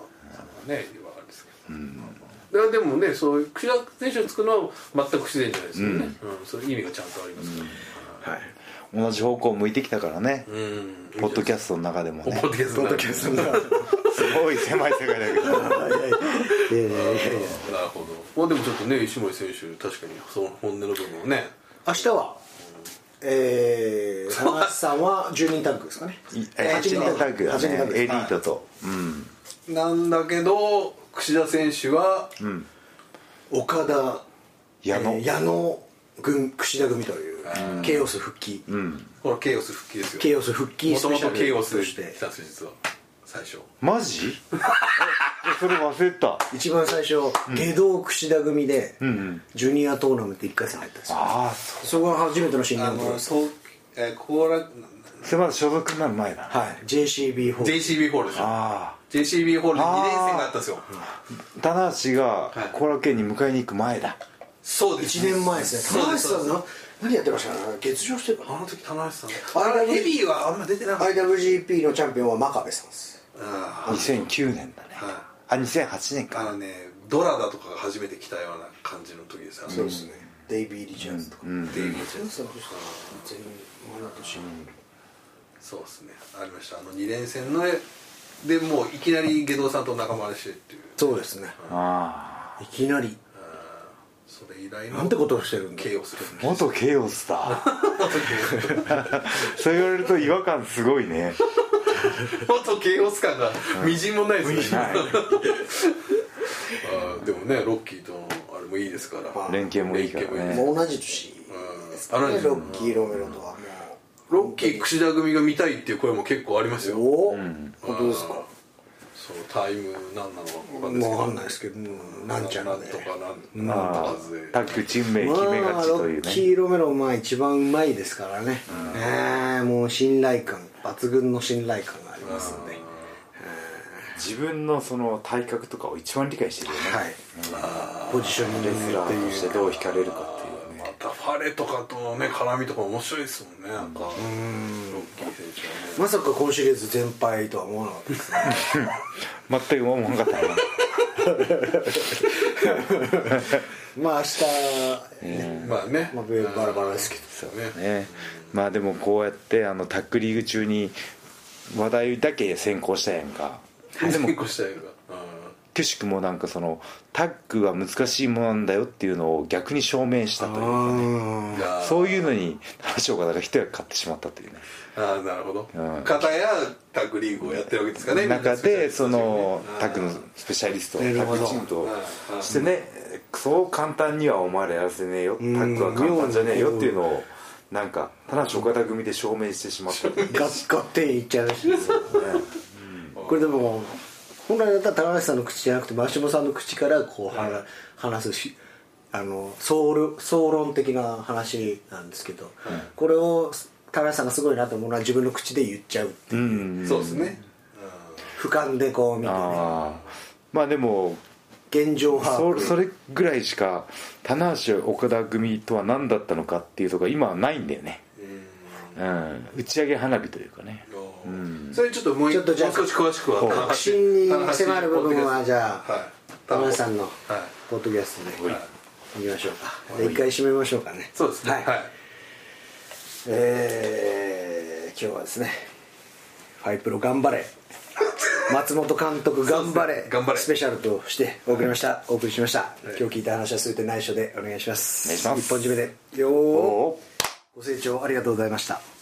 Speaker 1: ね今あれですけど、だからでもねそういう串田選手をつくのは全く不自然じゃないですよね、うんそういう意味がちゃんとありますから、
Speaker 3: 同じ方向を向いてきたからね
Speaker 1: うん
Speaker 3: ポッドキャストの中でも
Speaker 1: ポ
Speaker 3: ね
Speaker 1: ッドキャストに
Speaker 2: ポッ
Speaker 1: な
Speaker 2: ド
Speaker 1: る
Speaker 2: キャストがい
Speaker 3: すごい狭い世界だけど
Speaker 2: (laughs) やいやいやいやいやいや
Speaker 1: なるほどまあでもちょっとね石森選手確かにその本音の部分をね
Speaker 2: 明日はえー、高橋さんは10人タッグですかね
Speaker 3: 8人タッグだ
Speaker 2: 八人タッグ
Speaker 3: ね
Speaker 2: で
Speaker 3: エ
Speaker 2: す
Speaker 3: リートとうん
Speaker 1: なんだけど串田選手は、
Speaker 2: 岡田
Speaker 3: 矢野
Speaker 2: えー矢野軍櫛田組というケイオス復帰、
Speaker 1: これケイオス復帰ですよ
Speaker 2: ケイオス復帰
Speaker 1: も
Speaker 2: ス
Speaker 1: と
Speaker 2: ペ
Speaker 1: も
Speaker 2: シャ
Speaker 1: と
Speaker 2: ル
Speaker 1: ケイオス
Speaker 2: と
Speaker 1: で
Speaker 2: し
Speaker 1: 来
Speaker 2: て
Speaker 1: たんですよ実は最初
Speaker 3: マ
Speaker 2: (laughs)
Speaker 3: ジえそれ忘れてた
Speaker 2: 一番最初下道櫛田組でジュニアトーナメント1回戦入ったんですよ
Speaker 3: ああそ
Speaker 2: そこが初めての新日
Speaker 1: あ
Speaker 2: 本プロ
Speaker 1: の
Speaker 2: レス
Speaker 1: そうえー、コーラ
Speaker 3: うそれまだ所属になる前だあ
Speaker 2: はい JCB ホール
Speaker 1: JCB ホールですよ
Speaker 3: あ
Speaker 1: JCB ホールで
Speaker 3: あー
Speaker 1: 2連戦があったんですよ
Speaker 3: 棚橋が
Speaker 1: はい
Speaker 3: 後楽園に迎えに行く前だ
Speaker 1: そうです
Speaker 2: 1年前です
Speaker 1: そ
Speaker 2: ね
Speaker 1: うで
Speaker 2: 高橋
Speaker 1: す
Speaker 2: さんな何やってましたかな月上してるか
Speaker 1: あ
Speaker 2: な
Speaker 1: の時棚橋さん
Speaker 2: あれ
Speaker 1: ヘビーはあんま出てなかった
Speaker 2: IWGP のチャンピオンは真壁さんです
Speaker 1: あ
Speaker 3: 2009年だね
Speaker 1: はい
Speaker 3: あ2008
Speaker 1: ー
Speaker 3: 年
Speaker 1: あ
Speaker 3: か
Speaker 1: のねドラダとかが初めて来たような感じの時ですよそうです
Speaker 2: ねデイビー・リチャーズとかデイビー・リチャーズとか全員同じ年
Speaker 1: そうですねありましたあの2連戦のでもういきなり下道さんと仲間でしてっていう
Speaker 2: そうですね
Speaker 3: ああ
Speaker 2: いきなり
Speaker 1: それ以来の
Speaker 2: なんてことをしてるんだ
Speaker 1: ケイオス (laughs)
Speaker 3: 元ケイオスだそう言われると違和感すごいね
Speaker 1: 元ケイオス感がみじんもないです (laughs) ね、
Speaker 3: はい
Speaker 1: あーでもねロッキーとのあれもいいですから、
Speaker 2: まあ
Speaker 3: 連携もいいから
Speaker 1: 連携もいい
Speaker 3: ね
Speaker 2: もう同じ年ですか
Speaker 1: うんあ同
Speaker 2: ね
Speaker 1: じ
Speaker 2: ロッキー・ロメロとはも
Speaker 1: ロッキー櫛田組が見たいっていう声も結構あります
Speaker 2: う
Speaker 1: よ
Speaker 2: おお本当ですか
Speaker 1: そのタイムなんなのか分かんないですけど
Speaker 2: わかんないですけどうんなんちゃ
Speaker 1: な
Speaker 2: ら
Speaker 1: ん
Speaker 2: で
Speaker 1: とかなんなんと
Speaker 3: まあ
Speaker 1: かずで
Speaker 3: タッグチーム名決め
Speaker 2: ま
Speaker 3: が
Speaker 2: あ
Speaker 3: ち
Speaker 2: ロ
Speaker 3: とい
Speaker 2: ッ
Speaker 3: う
Speaker 2: キ
Speaker 3: ね
Speaker 2: ー・ロメロまあ一番うまいですからねええもう信頼感抜群の信頼感がありますんでは
Speaker 3: 自分のその体格とかを一番理解してるよね
Speaker 2: いポジショニングっていう
Speaker 3: どう惹かれるかっていう
Speaker 1: またファレとかとのね絡みとか面白いですもんねなんかロッキー選手はね
Speaker 2: まさか今シリーズ全敗とは思わなかったですね
Speaker 3: 全く思わなかったね
Speaker 2: まあ
Speaker 3: (laughs)
Speaker 2: 明日ね
Speaker 1: まあね
Speaker 2: まあバラバラですけど
Speaker 1: そうね
Speaker 3: ねまあでもこうやってあのタックリーグ中に話題だけ先行したやんか
Speaker 1: 結構したいが
Speaker 3: くしくもなんかそのタッグは難しいものなんだよっていうのを逆に証明したというかね
Speaker 1: いやー
Speaker 3: そういうのに話を方が一役買ってしまったというね
Speaker 1: ああなるほど、
Speaker 3: うん
Speaker 1: 片やタッグリーグをやってるわけですかね
Speaker 3: 中でそのタ
Speaker 1: タ
Speaker 3: ッグのスペシャリストタ
Speaker 2: なる
Speaker 3: ッ
Speaker 2: ほ
Speaker 3: グ
Speaker 2: ど
Speaker 3: チームと
Speaker 1: うんうん
Speaker 3: してね
Speaker 4: そう簡単にはお前らやらせねえよタ
Speaker 2: うん
Speaker 4: ッグは簡単じゃねえよっていうのをなんか田中岡田組で証明してしまった
Speaker 2: ガッガッていっちゃうし、これでも本来だったら高橋さんの口じゃなくて真下さんの口からこう、はな話すしあの総論総論的な話なんですけど、これを高橋さんがすごいなと思うのは自分の口で言っちゃうっていう、
Speaker 3: うん
Speaker 1: そうですね、
Speaker 2: 俯瞰でこう見てね
Speaker 3: ああまあでも
Speaker 2: 現状把
Speaker 3: そ
Speaker 2: 握
Speaker 3: それぐらいしか棚橋岡田組とは何だったのかっていうとこが今はないんだよね、うん、打ち上げ花火というかね
Speaker 1: うんそれちょっともう
Speaker 2: ち
Speaker 1: 一
Speaker 2: ょっとじゃあ
Speaker 1: もう少し詳しくは棚橋
Speaker 2: 確信に迫る部分はじゃあ、
Speaker 1: 棚
Speaker 2: 高
Speaker 1: 橋
Speaker 2: 橋さんの
Speaker 1: はい
Speaker 2: ポッドキャストで、
Speaker 1: はい
Speaker 2: 見ましょうかで一回締めましょうかね
Speaker 1: そうですねはい、
Speaker 2: えー今日はですね「ファイプロ頑張れ」松本監督頑張
Speaker 1: そ
Speaker 2: れ,、
Speaker 1: うですね頑張れ
Speaker 2: スペシャルとしてお送りました、お送りしました、今日聞いた話は全て内緒でお願いします
Speaker 3: お願いします
Speaker 2: 一本締めでよー
Speaker 3: おー
Speaker 2: ご清聴ありがとうございました